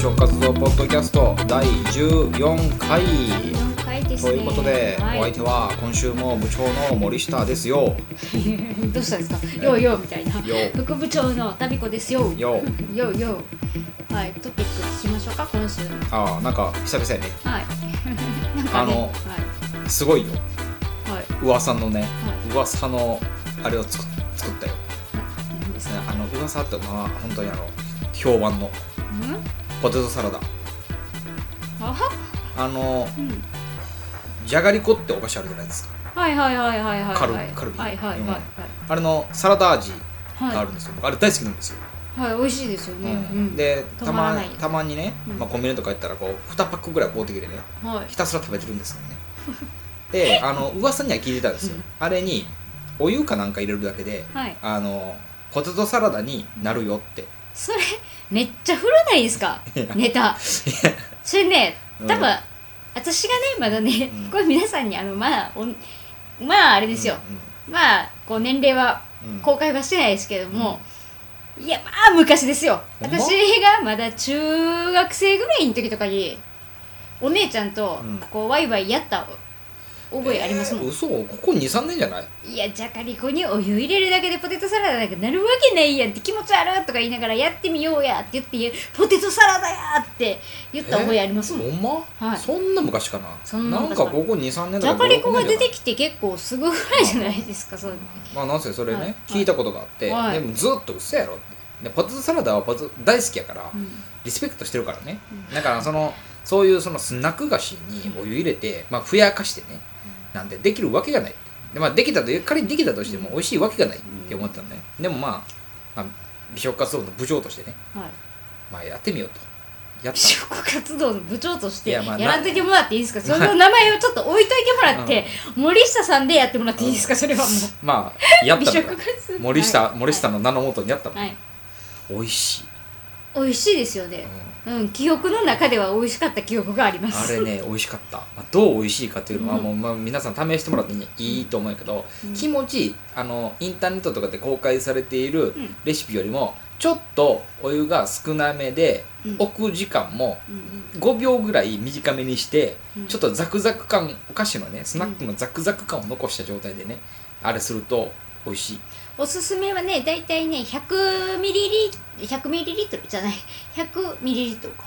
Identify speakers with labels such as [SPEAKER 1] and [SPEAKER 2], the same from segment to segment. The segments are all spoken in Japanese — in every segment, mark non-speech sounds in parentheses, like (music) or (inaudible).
[SPEAKER 1] 職活動ポッドキャスト第14回
[SPEAKER 2] 四回です
[SPEAKER 1] と
[SPEAKER 2] ね。
[SPEAKER 1] いうことで、お
[SPEAKER 2] は
[SPEAKER 1] 相
[SPEAKER 2] い、
[SPEAKER 1] 手は今週も部長の森下ですよ
[SPEAKER 2] どうしたんですか。ようようみたいな。
[SPEAKER 1] よ
[SPEAKER 2] 副部長のタビコですよ。
[SPEAKER 1] うよう
[SPEAKER 2] ようよう。はい、トピック聞きましょうか今週。
[SPEAKER 1] ああなんか久々やね
[SPEAKER 2] はい。なん
[SPEAKER 1] あ
[SPEAKER 2] かね。
[SPEAKER 1] の
[SPEAKER 2] はい
[SPEAKER 1] すごいよ
[SPEAKER 2] はい
[SPEAKER 1] 噂のね
[SPEAKER 2] は
[SPEAKER 1] 噂のあれを作作ったよ
[SPEAKER 2] い。なんですか。
[SPEAKER 1] あの噂ってのは本当にあの評判の
[SPEAKER 2] うん？
[SPEAKER 1] ポテトサラダ
[SPEAKER 2] あは。
[SPEAKER 1] あの
[SPEAKER 2] うん。
[SPEAKER 1] じゃがりこってお菓子あるじゃないですか
[SPEAKER 2] はいはいはいはいはい。
[SPEAKER 1] カルカルビ
[SPEAKER 2] はいはいはいはい。
[SPEAKER 1] あれのサラダ味
[SPEAKER 2] はい
[SPEAKER 1] があるんですよ、僕あれ大好きなんですよ、
[SPEAKER 2] はい美味しいですよね。うん。
[SPEAKER 1] でた
[SPEAKER 2] 止まら
[SPEAKER 1] ま
[SPEAKER 2] ない
[SPEAKER 1] たまにね、
[SPEAKER 2] うん
[SPEAKER 1] まあ、コンビニとか行ったらこう2パックぐらい買うてきてね
[SPEAKER 2] はい。
[SPEAKER 1] ひたすら食べてるんですよねであの噂には聞いてたんですよあれにお湯かなんか入れるだけで
[SPEAKER 2] はい。
[SPEAKER 1] あのポテトサラダになるよって
[SPEAKER 2] それめっちゃ古ないですか
[SPEAKER 1] いや
[SPEAKER 2] ネタそれね
[SPEAKER 1] うん
[SPEAKER 2] 多分、私がねまだね、
[SPEAKER 1] うん
[SPEAKER 2] これ皆さんにあのまあおまああれですよ、まあこう年齢は
[SPEAKER 1] うんうん
[SPEAKER 2] 公開はしてないですけども、いやまあ昔ですよ
[SPEAKER 1] ほんま
[SPEAKER 2] 私がまだ中学生ぐらいの時とかにお姉ちゃんと
[SPEAKER 1] うん
[SPEAKER 2] こうワイワイやった覚えありますもん、
[SPEAKER 1] えー嘘ここ23年じゃない
[SPEAKER 2] いやじゃがりこにお湯入れるだけでポテトサラダなんかなるわけないやんって気持ち悪いとか言いながらやってみようやって言ってポテトサラダやって言った覚えありますもん、
[SPEAKER 1] ほんま、
[SPEAKER 2] はい
[SPEAKER 1] そんな昔かな
[SPEAKER 2] そんな昔
[SPEAKER 1] ん
[SPEAKER 2] か
[SPEAKER 1] か
[SPEAKER 2] な
[SPEAKER 1] ここ23年
[SPEAKER 2] じゃがりこが
[SPEAKER 1] 56年じゃ
[SPEAKER 2] 出
[SPEAKER 1] ない
[SPEAKER 2] てきて結構すぐぐらいじゃないですかそう
[SPEAKER 1] まあなんせそれね、
[SPEAKER 2] はい
[SPEAKER 1] 聞いたことがあって、
[SPEAKER 2] はい
[SPEAKER 1] でもずっと嘘やろってでポテトサラダはポテト大好きやから、
[SPEAKER 2] うん
[SPEAKER 1] リスペクトしてるからね、だからそのそういうそのスナック菓子にお湯入れて、まあ、ふやかしてねなんでできるわけがないで,、まあ、できたという仮にできたとしても美味しいわけがないって思ってたのねでもまあ、まあ、美食活動の部長としてね、
[SPEAKER 2] はい
[SPEAKER 1] まあ、やってみようとやった
[SPEAKER 2] 職活動の部長として
[SPEAKER 1] い
[SPEAKER 2] や
[SPEAKER 1] やまあな
[SPEAKER 2] らせてもらっていいですかその名前をちょっと置いといてもらって森下さんでやってもらっていいですかそれはもう
[SPEAKER 1] まあやっ
[SPEAKER 2] 美
[SPEAKER 1] たの
[SPEAKER 2] 食
[SPEAKER 1] よ
[SPEAKER 2] 活動
[SPEAKER 1] 森下、森下
[SPEAKER 2] の
[SPEAKER 1] の名のもとにやったの、
[SPEAKER 2] はい
[SPEAKER 1] 美味しい、
[SPEAKER 2] 美味しいですよね
[SPEAKER 1] うん
[SPEAKER 2] うん記憶の中では美味しかった記憶がありま
[SPEAKER 1] あ
[SPEAKER 2] す
[SPEAKER 1] れね美味しかった、まあ、どう美味しいかというのは、
[SPEAKER 2] うん
[SPEAKER 1] もうまあ、皆さん試してもらっていいと思うけど、
[SPEAKER 2] うん
[SPEAKER 1] 気持ちいいあのインターネットとかで公開されている
[SPEAKER 2] ん
[SPEAKER 1] レシピよりもちょっとお湯が少なめで、
[SPEAKER 2] うん
[SPEAKER 1] 置く時間も
[SPEAKER 2] うんうん
[SPEAKER 1] 5秒ぐらい短めにして、
[SPEAKER 2] うん
[SPEAKER 1] ちょっとザクザク感お菓子のねスナックのザクザク感を残した状態でねあれすると美味しい
[SPEAKER 2] おすすめはね大体ね100ミリリ100ミリリットルじゃない100ミリリットルか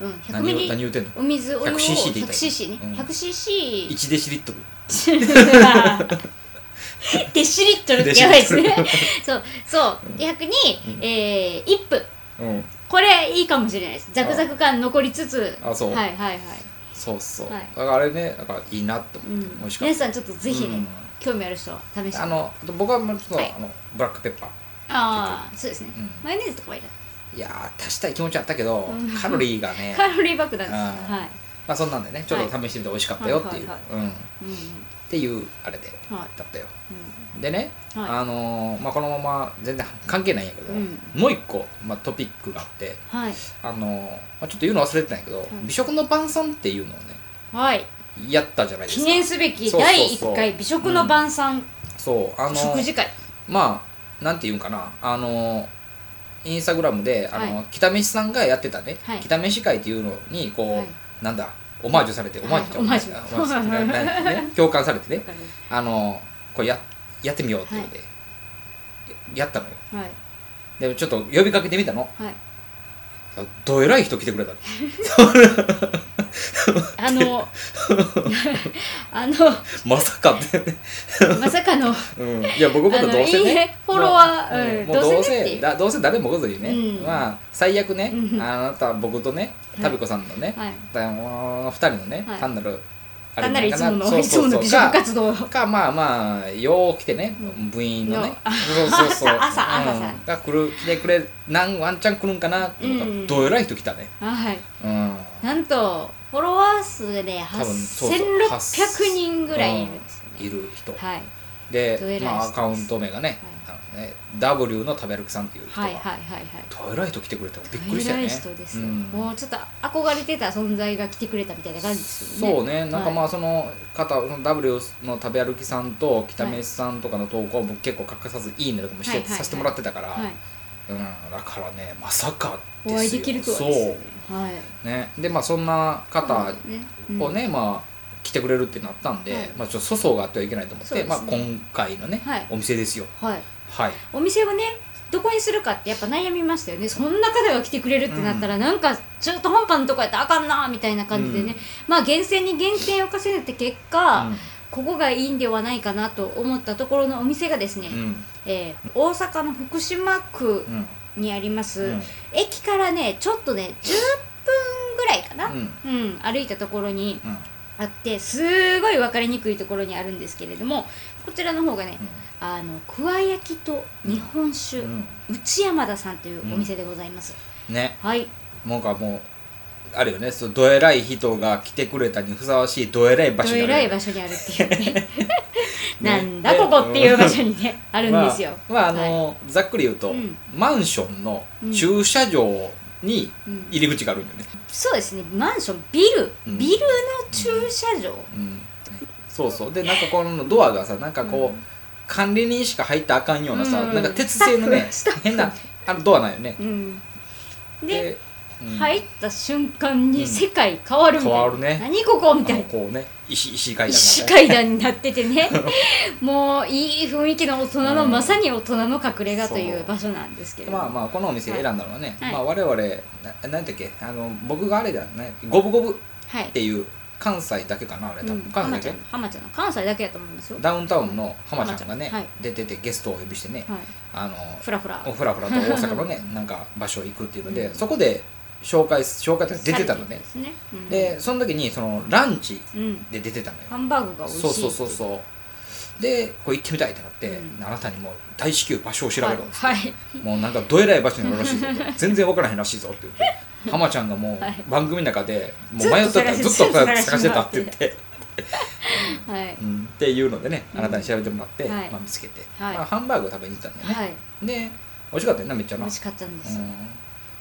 [SPEAKER 1] う
[SPEAKER 2] うん
[SPEAKER 1] ん、何
[SPEAKER 2] 100ミ
[SPEAKER 1] を
[SPEAKER 2] リ
[SPEAKER 1] 何言うてんの
[SPEAKER 2] お水お湯を
[SPEAKER 1] 100cc でいいから
[SPEAKER 2] 100cc ね
[SPEAKER 1] うん1
[SPEAKER 2] 100cc
[SPEAKER 1] デシリットル
[SPEAKER 2] (laughs) デシリットルってやばいですね。そう、そう、逆に、えー、1分。
[SPEAKER 1] うん
[SPEAKER 2] これいいかもしれないです。ザクザク感残りつつ。
[SPEAKER 1] あそう
[SPEAKER 2] はいはいはい。
[SPEAKER 1] そうそう、
[SPEAKER 2] はい
[SPEAKER 1] だからあれねだからいいなって思
[SPEAKER 2] う
[SPEAKER 1] っ
[SPEAKER 2] ん
[SPEAKER 1] て、美味しかった
[SPEAKER 2] 皆さんちょっとぜひね、
[SPEAKER 1] うん
[SPEAKER 2] 興味ある人は試して。
[SPEAKER 1] あ
[SPEAKER 2] あ
[SPEAKER 1] のあと僕はもうちょっと、
[SPEAKER 2] はい
[SPEAKER 1] あのブラックペッパー
[SPEAKER 2] あー、そうですね、
[SPEAKER 1] うん
[SPEAKER 2] マヨネーズとかはいら
[SPEAKER 1] いやー足したい気持ちはあったけど、
[SPEAKER 2] うん
[SPEAKER 1] カロリーが
[SPEAKER 2] (laughs)
[SPEAKER 1] ね
[SPEAKER 2] ない。カロリー爆弾です。
[SPEAKER 1] あー
[SPEAKER 2] はい。
[SPEAKER 1] まあそんなんでねちょっと試してみて美味しかったよっていう、
[SPEAKER 2] はい
[SPEAKER 1] う
[SPEAKER 2] は
[SPEAKER 1] んっ
[SPEAKER 2] うん
[SPEAKER 1] ていうあれで
[SPEAKER 2] うん。はい。
[SPEAKER 1] だったよ
[SPEAKER 2] う
[SPEAKER 1] でね、
[SPEAKER 2] はい
[SPEAKER 1] あのーまあこのまま全然関係ないんやけど、
[SPEAKER 2] うん
[SPEAKER 1] もう一個、まあ、トピックがあって
[SPEAKER 2] ん。はい。
[SPEAKER 1] あのーまあ、ちょっと言うの忘れてたんやけど、
[SPEAKER 2] い
[SPEAKER 1] 美食の晩餐っていうのをね
[SPEAKER 2] はい。
[SPEAKER 1] やったじゃないです
[SPEAKER 2] 記
[SPEAKER 1] か
[SPEAKER 2] 念すべき
[SPEAKER 1] そうそうそう
[SPEAKER 2] 第1回美食の晩餐
[SPEAKER 1] そうあのー
[SPEAKER 2] 食事会。
[SPEAKER 1] まあなんていうんかなあのインスタグラムであの、
[SPEAKER 2] は
[SPEAKER 1] 北飯さんがやってたね、
[SPEAKER 2] はい
[SPEAKER 1] 北飯会っていうのにこう、
[SPEAKER 2] はい
[SPEAKER 1] なんだオマージュされてオマージュちゃう
[SPEAKER 2] オマージュ
[SPEAKER 1] あオマージュ
[SPEAKER 2] (laughs)
[SPEAKER 1] ななね共感されてねあのこうややってみようっていうので、ややったのよ
[SPEAKER 2] はい。
[SPEAKER 1] でもちょっと呼びかけてみたの
[SPEAKER 2] はい。
[SPEAKER 1] どえらい人来てくれたの (laughs)
[SPEAKER 2] あの、あの、
[SPEAKER 1] まさかって、
[SPEAKER 2] (laughs) まさかの、
[SPEAKER 1] うん、いや僕も
[SPEAKER 2] あの
[SPEAKER 1] どうせ
[SPEAKER 2] いいね
[SPEAKER 1] ね
[SPEAKER 2] フォロワーうん
[SPEAKER 1] もうもう
[SPEAKER 2] ど
[SPEAKER 1] ど
[SPEAKER 2] う
[SPEAKER 1] う
[SPEAKER 2] せねってい
[SPEAKER 1] せ
[SPEAKER 2] う
[SPEAKER 1] だどうせ誰も来ずにね、
[SPEAKER 2] うん
[SPEAKER 1] まあ最悪ね
[SPEAKER 2] うん
[SPEAKER 1] あなた僕とね
[SPEAKER 2] はい
[SPEAKER 1] タビコさんのね、
[SPEAKER 2] はい。
[SPEAKER 1] だの2人のね、
[SPEAKER 2] はい
[SPEAKER 1] 単なるあれ
[SPEAKER 2] 単なるい
[SPEAKER 1] ん
[SPEAKER 2] つ
[SPEAKER 1] か
[SPEAKER 2] もの、
[SPEAKER 1] そう
[SPEAKER 2] いつもの美
[SPEAKER 1] そう
[SPEAKER 2] 食
[SPEAKER 1] そう
[SPEAKER 2] 活動。
[SPEAKER 1] かかまあまあよう来てね、部員のね
[SPEAKER 2] のあ
[SPEAKER 1] そうそうそう
[SPEAKER 2] (laughs) 朝朝朝
[SPEAKER 1] うん
[SPEAKER 2] 朝
[SPEAKER 1] が来る来てくれなんワンチャン来るんかなって
[SPEAKER 2] うんうん
[SPEAKER 1] どえらい人来たね
[SPEAKER 2] はい。
[SPEAKER 1] うん
[SPEAKER 2] なんと、フォロワー数でね、
[SPEAKER 1] 多分そうそう
[SPEAKER 2] 8600人ぐらいいるんですよ
[SPEAKER 1] い
[SPEAKER 2] ね。
[SPEAKER 1] る人、
[SPEAKER 2] はい。どえらい
[SPEAKER 1] で、
[SPEAKER 2] 人
[SPEAKER 1] まあ、アカウント名がね,、あのね W の食べ歩きさんっていう人が、
[SPEAKER 2] はいはいはいはい。
[SPEAKER 1] どえらい人来てくれてびっくりしたよね
[SPEAKER 2] 偉い人ですよ、
[SPEAKER 1] うん
[SPEAKER 2] もうちょっと憧れてた存在が来てくれたみたいな感じですよね。
[SPEAKER 1] そうね、なんかま
[SPEAKER 2] あ、
[SPEAKER 1] あその方、その W の食べ歩きさんと北飯さんとかの投稿も結構欠かさずいいねとかもして、
[SPEAKER 2] はいはいはい
[SPEAKER 1] させてもらってたから、
[SPEAKER 2] はい。
[SPEAKER 1] うん、だからね、まさか
[SPEAKER 2] お会いできるとは
[SPEAKER 1] そ
[SPEAKER 2] ですよね
[SPEAKER 1] う、
[SPEAKER 2] はい
[SPEAKER 1] ね、でまあそんな方
[SPEAKER 2] ね
[SPEAKER 1] をね、まあ来てくれるってなったんで、
[SPEAKER 2] はい
[SPEAKER 1] まあちょっと粗相があってはいけないと思っ
[SPEAKER 2] そ
[SPEAKER 1] て、
[SPEAKER 2] うです
[SPEAKER 1] ま
[SPEAKER 2] ね
[SPEAKER 1] あ今回のね、
[SPEAKER 2] はい
[SPEAKER 1] お店ですよ
[SPEAKER 2] うんはい
[SPEAKER 1] はい
[SPEAKER 2] お店をねどこにするかってやっぱ悩みましたよねそんな方が来てくれるってなったら、なんか中途半端のとこやったらあかんなみたいな感じでね、
[SPEAKER 1] う
[SPEAKER 2] まあ厳選に厳選を重ねて結果、
[SPEAKER 1] うん
[SPEAKER 2] ここがいいんではないかなと思ったところのお店がですね、
[SPEAKER 1] うん
[SPEAKER 2] えー大阪の福島区
[SPEAKER 1] うん
[SPEAKER 2] にあります、
[SPEAKER 1] うん
[SPEAKER 2] 駅からねちょっとね10分ぐらいかな、
[SPEAKER 1] うんうん
[SPEAKER 2] うん、歩いたところにあってすごい分かりにくいところにあるんですけれどもこちらの方がねあの桑焼きと日本酒、
[SPEAKER 1] うん
[SPEAKER 2] 内山田さんというお店でございます、
[SPEAKER 1] うんね
[SPEAKER 2] はい
[SPEAKER 1] なんかもうあるよねそうどえらい人が来てくれたにふさわしいどえらい場所
[SPEAKER 2] ど
[SPEAKER 1] にあ
[SPEAKER 2] え
[SPEAKER 1] る
[SPEAKER 2] らい場所にあるっていうね (laughs) な
[SPEAKER 1] ね
[SPEAKER 2] んだここっていう場所にねあるんですよ、
[SPEAKER 1] まあ、まああのざっくり言うと、
[SPEAKER 2] うん
[SPEAKER 1] マンションの駐車場に
[SPEAKER 2] うん
[SPEAKER 1] 入り口があるんだよね、
[SPEAKER 2] そうですねマンションビル、
[SPEAKER 1] うん
[SPEAKER 2] ビルの駐車場、
[SPEAKER 1] うんそうそうでなんかこのドアがさなんかこう、
[SPEAKER 2] うん
[SPEAKER 1] 管理人しか入ったらあかんようなさ、
[SPEAKER 2] うん
[SPEAKER 1] なんか鉄製の
[SPEAKER 2] (laughs)
[SPEAKER 1] ね
[SPEAKER 2] スタッフ
[SPEAKER 1] 変なあのドアなんよね
[SPEAKER 2] うんで、
[SPEAKER 1] うん
[SPEAKER 2] 入った瞬間
[SPEAKER 1] う
[SPEAKER 2] に
[SPEAKER 1] ん
[SPEAKER 2] 世界変わるみたいな、
[SPEAKER 1] 変わるね
[SPEAKER 2] 何ここみ
[SPEAKER 1] あ
[SPEAKER 2] たい
[SPEAKER 1] の
[SPEAKER 2] な
[SPEAKER 1] こうね石石階段
[SPEAKER 2] 石
[SPEAKER 1] がね
[SPEAKER 2] 階段になってて (laughs) ねもういい雰囲気の大人の、
[SPEAKER 1] うん
[SPEAKER 2] まさに大人の隠れ家とい
[SPEAKER 1] そうう
[SPEAKER 2] 場所なんですけれども
[SPEAKER 1] まあまあこのお店選んだのはね、
[SPEAKER 2] はい
[SPEAKER 1] まあ、我々ななんだっけあの僕があれだよね五分五分
[SPEAKER 2] はい
[SPEAKER 1] っていう関西だけかなあれ多
[SPEAKER 2] う
[SPEAKER 1] 分、
[SPEAKER 2] ん
[SPEAKER 1] 関
[SPEAKER 2] 浜
[SPEAKER 1] 西だ
[SPEAKER 2] ちゃ
[SPEAKER 1] け
[SPEAKER 2] ん浜ちゃんの関西だけやと思いますよ
[SPEAKER 1] ダウンタウンの浜ちゃんがね、
[SPEAKER 2] 浜ちゃんはい
[SPEAKER 1] 出ててゲストをお呼びしてね、
[SPEAKER 2] はい
[SPEAKER 1] あの
[SPEAKER 2] ふらふら
[SPEAKER 1] おふらふらと大阪の
[SPEAKER 2] (laughs)
[SPEAKER 1] ねなんか場所行くっていうので、
[SPEAKER 2] うん
[SPEAKER 1] そこで紹介紹介というか出てたの
[SPEAKER 2] され
[SPEAKER 1] ね
[SPEAKER 2] ですね、うん、
[SPEAKER 1] でその時にそのランチ
[SPEAKER 2] うん、
[SPEAKER 1] で出てたのよ
[SPEAKER 2] ハンバーグが美味しい
[SPEAKER 1] そうそうそうそうでこれ行ってみたいってなって、
[SPEAKER 2] うん
[SPEAKER 1] あなたにもう大至急場所を調べろっつって、
[SPEAKER 2] はいはい
[SPEAKER 1] もうなんかどえらい場所にあるらしいぞ
[SPEAKER 2] (laughs)
[SPEAKER 1] って全然分からへんらしいぞって言って浜ちゃんがも
[SPEAKER 2] はいう
[SPEAKER 1] 番組の中でもう迷っとったらず
[SPEAKER 2] ず
[SPEAKER 1] っ
[SPEAKER 2] っ
[SPEAKER 1] と
[SPEAKER 2] と
[SPEAKER 1] 探
[SPEAKER 2] 探
[SPEAKER 1] し
[SPEAKER 2] してて
[SPEAKER 1] た
[SPEAKER 2] た
[SPEAKER 1] っ
[SPEAKER 2] ってて
[SPEAKER 1] 言って、
[SPEAKER 2] はい
[SPEAKER 1] うん、っていうのでねあなたに調べてもらって、
[SPEAKER 2] はい
[SPEAKER 1] まあ、見つけて、
[SPEAKER 2] はい
[SPEAKER 1] まあ、ハンバーグを食べに行ったんだよね、
[SPEAKER 2] はい
[SPEAKER 1] で美味しかったよなめっちゃ
[SPEAKER 2] 美
[SPEAKER 1] な
[SPEAKER 2] 味しかったんですよ、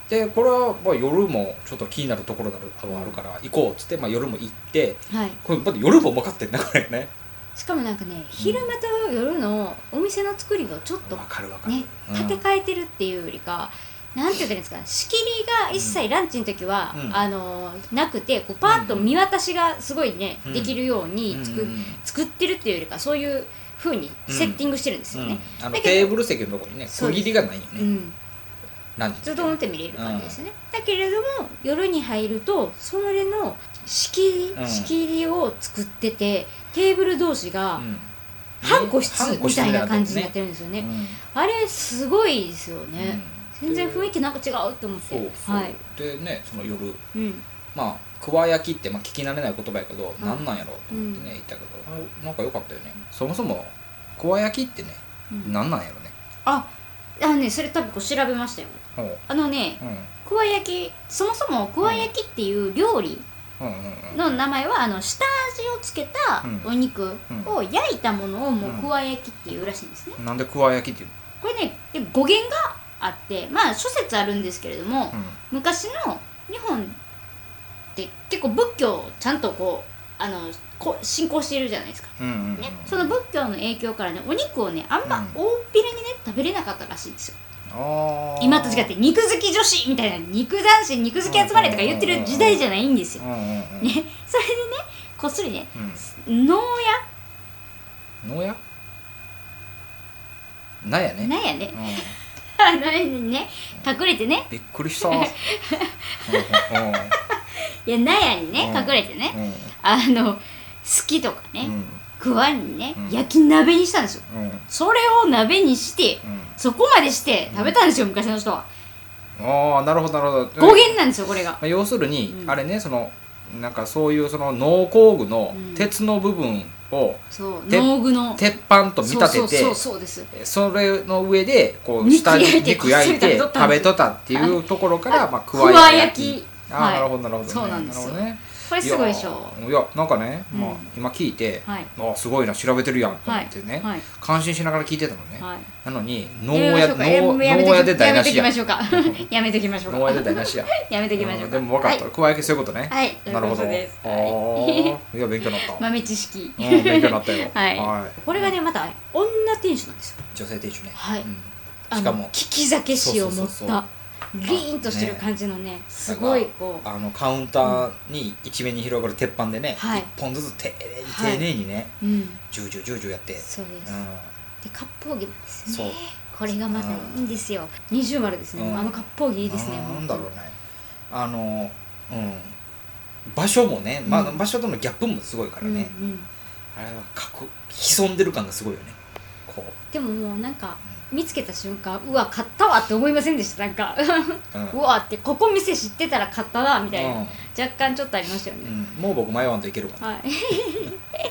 [SPEAKER 1] でこれはまあ夜もちょっと気になるところがあるあるから行こうっつって、まあ、夜も行って
[SPEAKER 2] はい
[SPEAKER 1] これまだ夜もうまかってんなこれね
[SPEAKER 2] しかもなんかね昼間と夜のお店の作りがちょっと
[SPEAKER 1] わかるわかる、
[SPEAKER 2] ね
[SPEAKER 1] うん
[SPEAKER 2] 建て替えてるっていうよりか、なんて言ったらいいんですか仕切りが一切ランチの時は、
[SPEAKER 1] うん
[SPEAKER 2] あのなくてこうパーッと見渡しがすごいね、
[SPEAKER 1] うん
[SPEAKER 2] できるように作,、
[SPEAKER 1] うん
[SPEAKER 2] 作ってるっていうよりかそういうふうにセッティングしてるんですよね。
[SPEAKER 1] うんあの
[SPEAKER 2] だけど
[SPEAKER 1] テーブル席のとこにね
[SPEAKER 2] そう
[SPEAKER 1] 区
[SPEAKER 2] です
[SPEAKER 1] 切りがないよ
[SPEAKER 2] うん
[SPEAKER 1] ね、なんて
[SPEAKER 2] ず
[SPEAKER 1] い
[SPEAKER 2] っ
[SPEAKER 1] う
[SPEAKER 2] と
[SPEAKER 1] の
[SPEAKER 2] 思って見れる感じですね、だけれども夜に入るとそれの仕切
[SPEAKER 1] うん
[SPEAKER 2] り仕切りを作っててテーブル同士が
[SPEAKER 1] うん
[SPEAKER 2] 半個室
[SPEAKER 1] 半個
[SPEAKER 2] み
[SPEAKER 1] 室
[SPEAKER 2] たいな感じに
[SPEAKER 1] に
[SPEAKER 2] なってるんですよね、
[SPEAKER 1] ね
[SPEAKER 2] あれすごいですよ
[SPEAKER 1] うん
[SPEAKER 2] ね、
[SPEAKER 1] うん
[SPEAKER 2] 全然雰囲気なんか違うって思って
[SPEAKER 1] そうそう、
[SPEAKER 2] はい
[SPEAKER 1] でねその夜
[SPEAKER 2] うん
[SPEAKER 1] まあくわ焼きってまあ聞き慣れない言葉やけど、
[SPEAKER 2] うん
[SPEAKER 1] なんなんやろうと思ってね言ったけどあなんか良かったよねそもそもくわ焼きってね、
[SPEAKER 2] うん
[SPEAKER 1] なんなんやろね
[SPEAKER 2] ああのねそれ多分こう調べましたよ
[SPEAKER 1] うん
[SPEAKER 2] あのね
[SPEAKER 1] う
[SPEAKER 2] くわ焼きそもそもくわ焼きっていう料理
[SPEAKER 1] んうんうんうん
[SPEAKER 2] の名前はあの下味をつけ
[SPEAKER 1] う
[SPEAKER 2] た
[SPEAKER 1] ん
[SPEAKER 2] お肉を焼いたものをも
[SPEAKER 1] うん
[SPEAKER 2] うくわ焼きっていうらしいんですね
[SPEAKER 1] なんでくわ焼きっていう
[SPEAKER 2] これねで語源があってまあ諸説あるんですけれども
[SPEAKER 1] の、
[SPEAKER 2] 昔の日本って結構仏教をちゃんとこうあのこう信仰しているじゃないですか
[SPEAKER 1] うん、うんうんうん、
[SPEAKER 2] ね、その仏教の影響からねお肉をねあん
[SPEAKER 1] うん
[SPEAKER 2] ま大っぴらにね食べれなかったらしいんですよ
[SPEAKER 1] あー
[SPEAKER 2] 今と違って肉好き女子みたいな肉男子肉好き集まれとか言ってる時代じゃないんです
[SPEAKER 1] う
[SPEAKER 2] よ
[SPEAKER 1] んうんうん、
[SPEAKER 2] ねそれでねこっそりね
[SPEAKER 1] う
[SPEAKER 2] 農
[SPEAKER 1] ん、農家なんやね
[SPEAKER 2] 薬なんやね
[SPEAKER 1] うん
[SPEAKER 2] あのにね隠れて (laughs) ね
[SPEAKER 1] びっくりした。うんうんうん
[SPEAKER 2] いや納屋にね
[SPEAKER 1] うん
[SPEAKER 2] 隠れてね
[SPEAKER 1] うん
[SPEAKER 2] あの好きとか
[SPEAKER 1] う
[SPEAKER 2] ね
[SPEAKER 1] ん
[SPEAKER 2] くわにね
[SPEAKER 1] うん
[SPEAKER 2] 焼き鍋にしたんですよ
[SPEAKER 1] うん
[SPEAKER 2] それを鍋にしてそこまでして食べたんですよ昔の人は
[SPEAKER 1] うんああ、なるほど、なるほど。
[SPEAKER 2] 語源なんですよこれが
[SPEAKER 1] まあ要するに、
[SPEAKER 2] うん
[SPEAKER 1] あれね、その、なんかそういうその農工具の
[SPEAKER 2] うん
[SPEAKER 1] 鉄の部分を
[SPEAKER 2] そう
[SPEAKER 1] で
[SPEAKER 2] 農具の
[SPEAKER 1] 鉄板と見立て
[SPEAKER 2] そうそうそう
[SPEAKER 1] て、
[SPEAKER 2] そうです
[SPEAKER 1] それの上で、こう、
[SPEAKER 2] 肉
[SPEAKER 1] 下に
[SPEAKER 2] 焼いて
[SPEAKER 1] 肉焼いて
[SPEAKER 2] こっそり食べと
[SPEAKER 1] 食べとっ
[SPEAKER 2] ったんです
[SPEAKER 1] たっていうところから、まあ、
[SPEAKER 2] く
[SPEAKER 1] く
[SPEAKER 2] わ
[SPEAKER 1] わ
[SPEAKER 2] 焼
[SPEAKER 1] 焼
[SPEAKER 2] き
[SPEAKER 1] き。ああ、
[SPEAKER 2] はい
[SPEAKER 1] なるほど、なるほどね。
[SPEAKER 2] そうなんですよ
[SPEAKER 1] るほどね
[SPEAKER 2] これすごいでしょ
[SPEAKER 1] いや、いやなんかね、まあ
[SPEAKER 2] うん、
[SPEAKER 1] 今聞いて、
[SPEAKER 2] はい
[SPEAKER 1] ああ、すごいな、調べてるやんと思ってね
[SPEAKER 2] はいはい、
[SPEAKER 1] 感心しながら聞いてたのね。
[SPEAKER 2] はい
[SPEAKER 1] なのに
[SPEAKER 2] やめときましょう
[SPEAKER 1] 農家農
[SPEAKER 2] かえもうやめと
[SPEAKER 1] 農家で
[SPEAKER 2] き
[SPEAKER 1] 台
[SPEAKER 2] やめ
[SPEAKER 1] 無
[SPEAKER 2] と
[SPEAKER 1] し
[SPEAKER 2] き
[SPEAKER 1] や
[SPEAKER 2] ましょうかやめときまし
[SPEAKER 1] (laughs)
[SPEAKER 2] ょうか
[SPEAKER 1] 農家で台無
[SPEAKER 2] (laughs)
[SPEAKER 1] しや
[SPEAKER 2] やめときましょう
[SPEAKER 1] う
[SPEAKER 2] か
[SPEAKER 1] んでも分かっ
[SPEAKER 2] は
[SPEAKER 1] た
[SPEAKER 2] い
[SPEAKER 1] 加えけそういうことね
[SPEAKER 2] はいそうい
[SPEAKER 1] な
[SPEAKER 2] う
[SPEAKER 1] る
[SPEAKER 2] こ
[SPEAKER 1] ほど
[SPEAKER 2] とです
[SPEAKER 1] あ
[SPEAKER 2] は
[SPEAKER 1] ーいや勉強にな
[SPEAKER 2] (laughs)
[SPEAKER 1] った
[SPEAKER 2] 豆知識
[SPEAKER 1] うん勉強になったよ
[SPEAKER 2] (laughs) はいこれが
[SPEAKER 1] ね
[SPEAKER 2] ねまた女店主なんですよ
[SPEAKER 1] 女性店主ね
[SPEAKER 2] はい
[SPEAKER 1] うん
[SPEAKER 2] あの
[SPEAKER 1] しかも
[SPEAKER 2] 利き酒師を持っ
[SPEAKER 1] そうそうそうそう
[SPEAKER 2] たリーンとしてる感じのねすごいこう
[SPEAKER 1] あのカウンターに一面に広がる鉄板でね、
[SPEAKER 2] はい
[SPEAKER 1] 一本ずつ丁寧に
[SPEAKER 2] はい
[SPEAKER 1] 丁寧にね、
[SPEAKER 2] うん
[SPEAKER 1] ジュージュージュージューやって、
[SPEAKER 2] そうです
[SPEAKER 1] う
[SPEAKER 2] で割烹着なんですよね
[SPEAKER 1] そう
[SPEAKER 2] これがまたいいんですよ二重丸ですね
[SPEAKER 1] うん
[SPEAKER 2] あの割烹
[SPEAKER 1] ん、
[SPEAKER 2] 着いいですね
[SPEAKER 1] なん
[SPEAKER 2] 本
[SPEAKER 1] だ
[SPEAKER 2] 当
[SPEAKER 1] ろうねあのうん場所もね、まあ
[SPEAKER 2] うん
[SPEAKER 1] 場所とのギャップもすごいから
[SPEAKER 2] うんう
[SPEAKER 1] ね、
[SPEAKER 2] ん
[SPEAKER 1] あれはかく潜んでる感がすごいよねこう、
[SPEAKER 2] でももうなんか見つけた瞬間うわ買ったわって思いませんでしたなんか (laughs)
[SPEAKER 1] うん
[SPEAKER 2] うわってここ店知ってたら買ったなみたいな
[SPEAKER 1] うん
[SPEAKER 2] 若干ちょっとありましたよ
[SPEAKER 1] う
[SPEAKER 2] ね
[SPEAKER 1] ん、もう僕迷わんといけるもん、
[SPEAKER 2] はい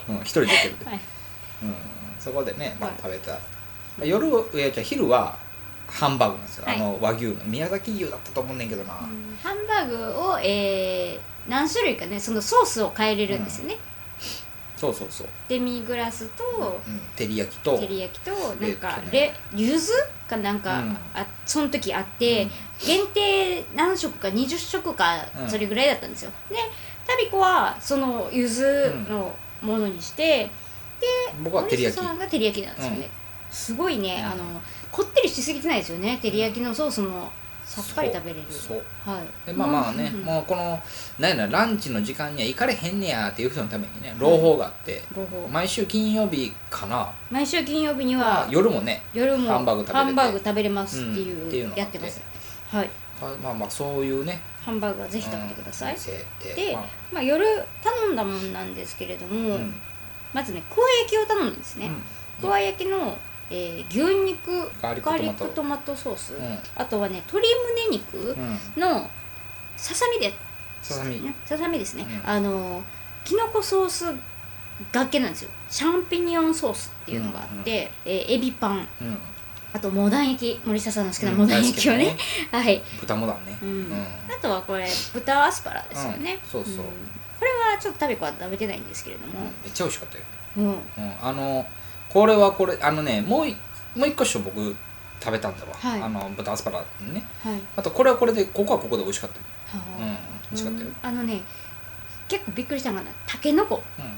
[SPEAKER 1] うん、一人でいけるで、
[SPEAKER 2] はい
[SPEAKER 1] うん、そこでね、まあ
[SPEAKER 2] はい、
[SPEAKER 1] 食べた、まあ、夜いやじゃあ昼はハンバーグなんですよ、
[SPEAKER 2] はい
[SPEAKER 1] あの和牛の宮崎牛だったと思うねんけどな、
[SPEAKER 2] ハンバーグを、えー何種類かねそのソースを変えれるんですよね、
[SPEAKER 1] そうそうそう、
[SPEAKER 2] デミグラスと
[SPEAKER 1] うん、照り焼きと
[SPEAKER 2] 照り焼きと
[SPEAKER 1] え
[SPEAKER 2] なんか
[SPEAKER 1] えっと
[SPEAKER 2] レ
[SPEAKER 1] ね
[SPEAKER 2] 柚子かなんか、
[SPEAKER 1] うん
[SPEAKER 2] あその時あって、
[SPEAKER 1] うん
[SPEAKER 2] 限定何食か20食か
[SPEAKER 1] うん
[SPEAKER 2] それぐらいだったんですよ、でタビコはその柚子のものにして、
[SPEAKER 1] 僕は照り焼き
[SPEAKER 2] お店さんが照り焼きなんですよね、
[SPEAKER 1] うん
[SPEAKER 2] すごいね、
[SPEAKER 1] うん
[SPEAKER 2] あのこってりしすぎてないですよね照り焼きのソースもさっぱり食べれる
[SPEAKER 1] そうそう
[SPEAKER 2] はい
[SPEAKER 1] でまあまあね、
[SPEAKER 2] うん
[SPEAKER 1] もうこのなんやろランチの時間には行かれへんねやっていう人のためにね朗報があって、
[SPEAKER 2] 朗報
[SPEAKER 1] 毎週金曜日かな、
[SPEAKER 2] 毎週金曜日に
[SPEAKER 1] ま
[SPEAKER 2] は
[SPEAKER 1] あ、夜もね
[SPEAKER 2] 夜も
[SPEAKER 1] ハンバーグ食べれて
[SPEAKER 2] ハンバーグ食べれますっていう,、
[SPEAKER 1] うんっていうのがあ
[SPEAKER 2] や
[SPEAKER 1] っ
[SPEAKER 2] っててますはい
[SPEAKER 1] あまあまあそういうね
[SPEAKER 2] ハンバーグはぜひ食べてください、
[SPEAKER 1] うんお店
[SPEAKER 2] で
[SPEAKER 1] で、まあ
[SPEAKER 2] まあ、夜頼んだもんなんですけれども、
[SPEAKER 1] うん
[SPEAKER 2] まずねクワ焼きを頼んだんですね、
[SPEAKER 1] うん
[SPEAKER 2] クワ焼きの、えー牛肉
[SPEAKER 1] ガーリックトマト
[SPEAKER 2] ガーリックトマトソース、
[SPEAKER 1] うん
[SPEAKER 2] あとはね鶏胸肉
[SPEAKER 1] うん
[SPEAKER 2] のささみで
[SPEAKER 1] ささみ
[SPEAKER 2] ねささみですね、
[SPEAKER 1] うん
[SPEAKER 2] あのきのこソースがけなんですよシャンピニオンソースっていうのがあって、えーエビパン
[SPEAKER 1] うん
[SPEAKER 2] あとモダン焼き森下さんの好きなモダン焼きをね,、 (laughs) はい、
[SPEAKER 1] 豚もだね、
[SPEAKER 2] うん
[SPEAKER 1] うん
[SPEAKER 2] あとはこれ豚アスパラですよね、
[SPEAKER 1] うんそうそうん
[SPEAKER 2] これはちょっと食べ子は食べてないんですけれど
[SPEAKER 1] うん
[SPEAKER 2] も、
[SPEAKER 1] めっちゃ美味しかったよ、
[SPEAKER 2] うん、
[SPEAKER 1] うん、あのこれはこれあのねもういもう一箇所僕食べたんだわ、
[SPEAKER 2] はい
[SPEAKER 1] あの豚アスパラね
[SPEAKER 2] はい、は
[SPEAKER 1] あとこれはこれでここはここで美味しかったよ、うん、
[SPEAKER 2] あ
[SPEAKER 1] 美味しかったよ、
[SPEAKER 2] うんあのね結構びっくりしたのがなたけのこ
[SPEAKER 1] うん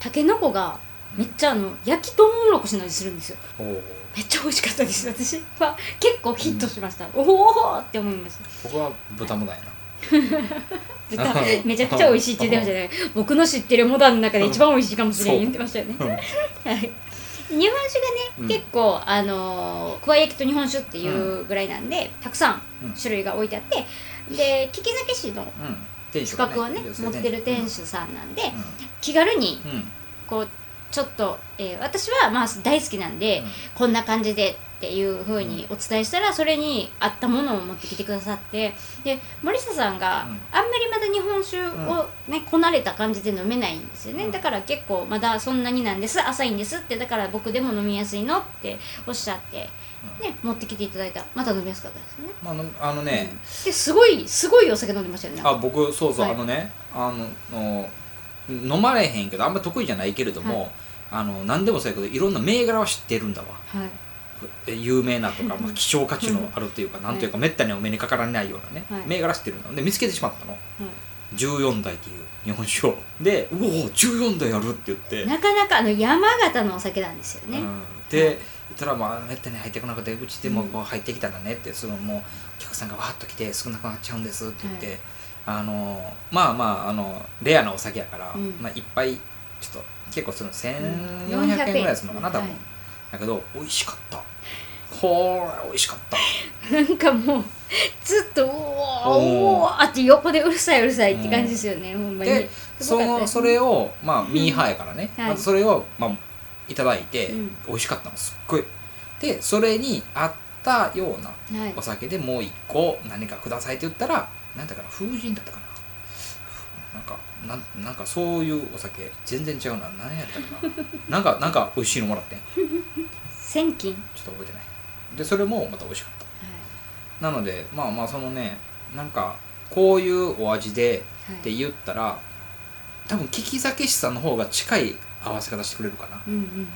[SPEAKER 2] たけのこがめっちゃあの焼きとうもろこしの味するんですよ
[SPEAKER 1] おー
[SPEAKER 2] めっちゃ美味しかったです私は結構ヒットしました、おおって思いました
[SPEAKER 1] 僕は豚もだやな
[SPEAKER 2] 豚めちゃくちゃ美味しいって言ってましたね僕の知ってるモダンの中で一番美味しいかもしれ
[SPEAKER 1] そ
[SPEAKER 2] な
[SPEAKER 1] う
[SPEAKER 2] い言ってましたよね
[SPEAKER 1] うん
[SPEAKER 2] はい日本酒がね、
[SPEAKER 1] うん
[SPEAKER 2] 結構あのーくわ焼きと日本酒っていうぐらいなんで、たくさん
[SPEAKER 1] うん
[SPEAKER 2] 種類が置いてあってで利き酒師の
[SPEAKER 1] うん店主
[SPEAKER 2] 資
[SPEAKER 1] が
[SPEAKER 2] 格をね持ってる店主さんなんで、気軽に
[SPEAKER 1] うんうん
[SPEAKER 2] こうちょっと、えー私はまあ大好きなんで、
[SPEAKER 1] うん
[SPEAKER 2] こんな感じでっていうふうにお伝えしたらそれに合ったものを持ってきてくださってで森下さんがあ
[SPEAKER 1] うんん
[SPEAKER 2] まりまだ日本酒をね、こなれた感じで飲めないんですよね、
[SPEAKER 1] うん
[SPEAKER 2] だから結構まだそんなになんです浅いんですってだから僕でも飲みやすいのっておっしゃって、ね、持ってきていただいたまた飲みやすかったですね。
[SPEAKER 1] まああのあのね、
[SPEAKER 2] ですごいすごいお酒飲んでましたよね。
[SPEAKER 1] あ僕そうそう、
[SPEAKER 2] はい
[SPEAKER 1] あのねあのの飲まれへんけどあんま得意じゃないけれども、あの何でもそうやけどいろんな銘柄は知ってるんだわ
[SPEAKER 2] はい
[SPEAKER 1] 有名なとか、まあ、希少価値のあるというか、
[SPEAKER 2] ん
[SPEAKER 1] なんというかめったにお目にかからないようなね、
[SPEAKER 2] はい
[SPEAKER 1] 銘柄知ってるので見つけてしまったの
[SPEAKER 2] はい
[SPEAKER 1] 14代っていう日本酒をでうおー14代あるって言って
[SPEAKER 2] なかなかあの山形のお酒なんですよね。
[SPEAKER 1] うん、で、言ったらまあめったに入ってこなくてうちでもこう入ってきたらねってそのもうお客さんがわーっと来て少なくなっちゃうんですって言って、
[SPEAKER 2] はい
[SPEAKER 1] あのまあまああのレアなお酒やから、
[SPEAKER 2] うん
[SPEAKER 1] まあいっぱいちょっと結構その
[SPEAKER 2] ん
[SPEAKER 1] 1400円ぐらいするのかな多分、
[SPEAKER 2] はい
[SPEAKER 1] だけど美味しかったこれ美味しかった
[SPEAKER 2] なんかもうずっと「
[SPEAKER 1] お
[SPEAKER 2] おー
[SPEAKER 1] ー
[SPEAKER 2] おーあって横でうるさいうるさいって感じですよね、ほんまに
[SPEAKER 1] ですそ
[SPEAKER 2] ごかった
[SPEAKER 1] の
[SPEAKER 2] です
[SPEAKER 1] それをまあミーハーやからね、
[SPEAKER 2] はい
[SPEAKER 1] まずそれを、まあ、いただいて、
[SPEAKER 2] うん
[SPEAKER 1] 美味しかったのすっごいでそれに合ったような
[SPEAKER 2] はい
[SPEAKER 1] お酒でもう一個何かくださいって言ったら何だかな風神だったかななんかなんなんかそういうお酒全然違うな何やったかななんかなんか美味しいのもらってんちょ
[SPEAKER 2] 千金、は
[SPEAKER 1] っと覚えてないでそれもまた美味しかっ
[SPEAKER 2] い
[SPEAKER 1] たなのでまあまあそのねなんかこういうお味で
[SPEAKER 2] はい、
[SPEAKER 1] って言ったら多分利き酒師さんの方が近い合わせ方してくれるかな
[SPEAKER 2] うんうんうんうん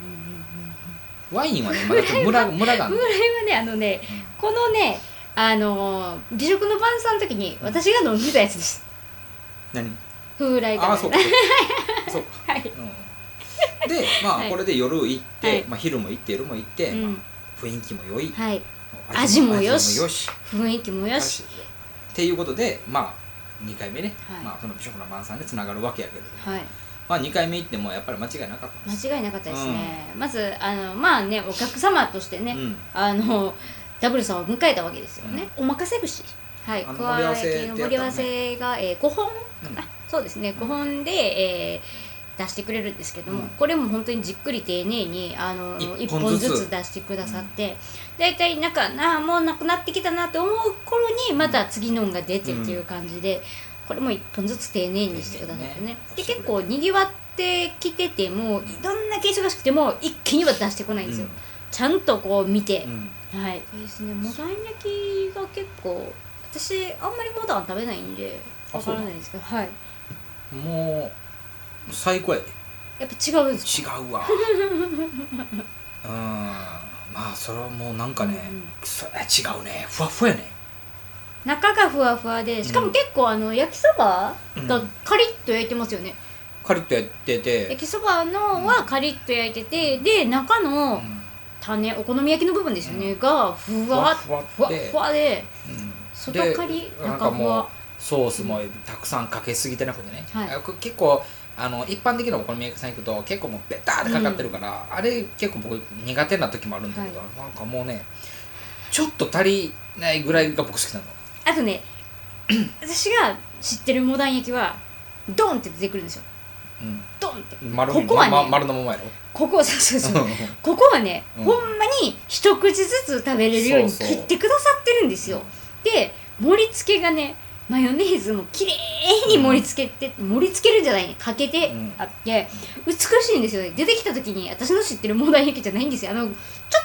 [SPEAKER 1] ワインはねまだちょっとムラムラがあ
[SPEAKER 2] うん
[SPEAKER 1] る
[SPEAKER 2] (laughs) うんこれはねあのねこのねあのー美食の晩餐の時に私が飲んでたやつです
[SPEAKER 1] 何
[SPEAKER 2] 風来
[SPEAKER 1] あ
[SPEAKER 2] が
[SPEAKER 1] あそうかそうか (laughs)
[SPEAKER 2] はい
[SPEAKER 1] うんでま
[SPEAKER 2] は
[SPEAKER 1] あ
[SPEAKER 2] い
[SPEAKER 1] これで夜行って、
[SPEAKER 2] はい
[SPEAKER 1] まあ、昼も行って夜も行って、
[SPEAKER 2] うん
[SPEAKER 1] まあ、雰囲気も良い
[SPEAKER 2] はい味もよし
[SPEAKER 1] 味もよし
[SPEAKER 2] 雰囲気もよし
[SPEAKER 1] っていうことでまあ2回目ね、
[SPEAKER 2] はい
[SPEAKER 1] まあ、その美食の晩餐でつながるわけやけど、
[SPEAKER 2] はい
[SPEAKER 1] まあ、2回目行ってもやっぱり間違いなかったんです
[SPEAKER 2] 間違いなかったですね、まずあのまあねお客様としてね、
[SPEAKER 1] うん
[SPEAKER 2] あのダブルさんを迎えたわけですよね、お任せ串はい
[SPEAKER 1] あの
[SPEAKER 2] 加えての盛
[SPEAKER 1] 盛
[SPEAKER 2] り
[SPEAKER 1] り
[SPEAKER 2] 合
[SPEAKER 1] 合
[SPEAKER 2] わ
[SPEAKER 1] わせ
[SPEAKER 2] せが、えー、5本かな、
[SPEAKER 1] うん
[SPEAKER 2] そうですね5本で、えー出してくれるんですけども、
[SPEAKER 1] うん
[SPEAKER 2] これも本当にじっくり丁寧にあの
[SPEAKER 1] 一
[SPEAKER 2] 1
[SPEAKER 1] 本
[SPEAKER 2] 本
[SPEAKER 1] ずつ
[SPEAKER 2] ずつ出してくださって、だいたいなんかなあもうなくなってきたなって思う頃にまた次のんが出てっていう感じで、これも1本ずつ丁寧にしてくださってね
[SPEAKER 1] ね
[SPEAKER 2] で結構にぎわってきててもどんだけ忙しくても一気には出してこないんですよ、ちゃんとこう見て
[SPEAKER 1] う、ん
[SPEAKER 2] はいそうですねモダン焼きが結構私あんまりモダン食べないんで
[SPEAKER 1] あ
[SPEAKER 2] わからないんですけどはい
[SPEAKER 1] うんもう最高やで
[SPEAKER 2] やっぱ違うんです
[SPEAKER 1] 違う
[SPEAKER 2] (laughs)
[SPEAKER 1] わうんまあそれはもうなんかね、
[SPEAKER 2] うん
[SPEAKER 1] それ違うねふわふわやね
[SPEAKER 2] 中がふわふわでしかも結構あの焼きそばがカリッと焼いてますよね、
[SPEAKER 1] カリッとやってて
[SPEAKER 2] 焼きそばのはカリッと焼いててで中
[SPEAKER 1] う
[SPEAKER 2] の
[SPEAKER 1] ん
[SPEAKER 2] 種お好み焼きの部分ですよね、がふ
[SPEAKER 1] ふわ
[SPEAKER 2] わ
[SPEAKER 1] ふわ
[SPEAKER 2] ふわ
[SPEAKER 1] で
[SPEAKER 2] ふわで
[SPEAKER 1] うん
[SPEAKER 2] 外カリ
[SPEAKER 1] でなん
[SPEAKER 2] 中
[SPEAKER 1] か
[SPEAKER 2] ふ
[SPEAKER 1] もう
[SPEAKER 2] わ
[SPEAKER 1] ソースもたくさんかけすぎてなくてね、
[SPEAKER 2] はい
[SPEAKER 1] あこれ結構あの一般的なお好み焼き屋さん行くと結構もうベターってかかってるから、あれ結構僕苦手な時もあるんだけど、
[SPEAKER 2] は
[SPEAKER 1] なんかもうねちょっと足りないぐらいが僕好きなの
[SPEAKER 2] あとね私が知ってるモダン焼きはドンって出てくるんですよドンって
[SPEAKER 1] うん、丸
[SPEAKER 2] ここはね
[SPEAKER 1] まま丸のままやろ
[SPEAKER 2] ここそうそうそう
[SPEAKER 1] うん
[SPEAKER 2] ここはね、
[SPEAKER 1] うん
[SPEAKER 2] ほんまに一口ずつ食べれるように
[SPEAKER 1] そう
[SPEAKER 2] 切
[SPEAKER 1] そう
[SPEAKER 2] ってくださってるんですよで盛り付けがねマヨネーズも綺麗に盛り付けて、盛り付けるんじゃないねかけて
[SPEAKER 1] うん
[SPEAKER 2] あって、美しいんですよね出てきた時に私の知ってるモダン焼きじゃないんですよあのちょ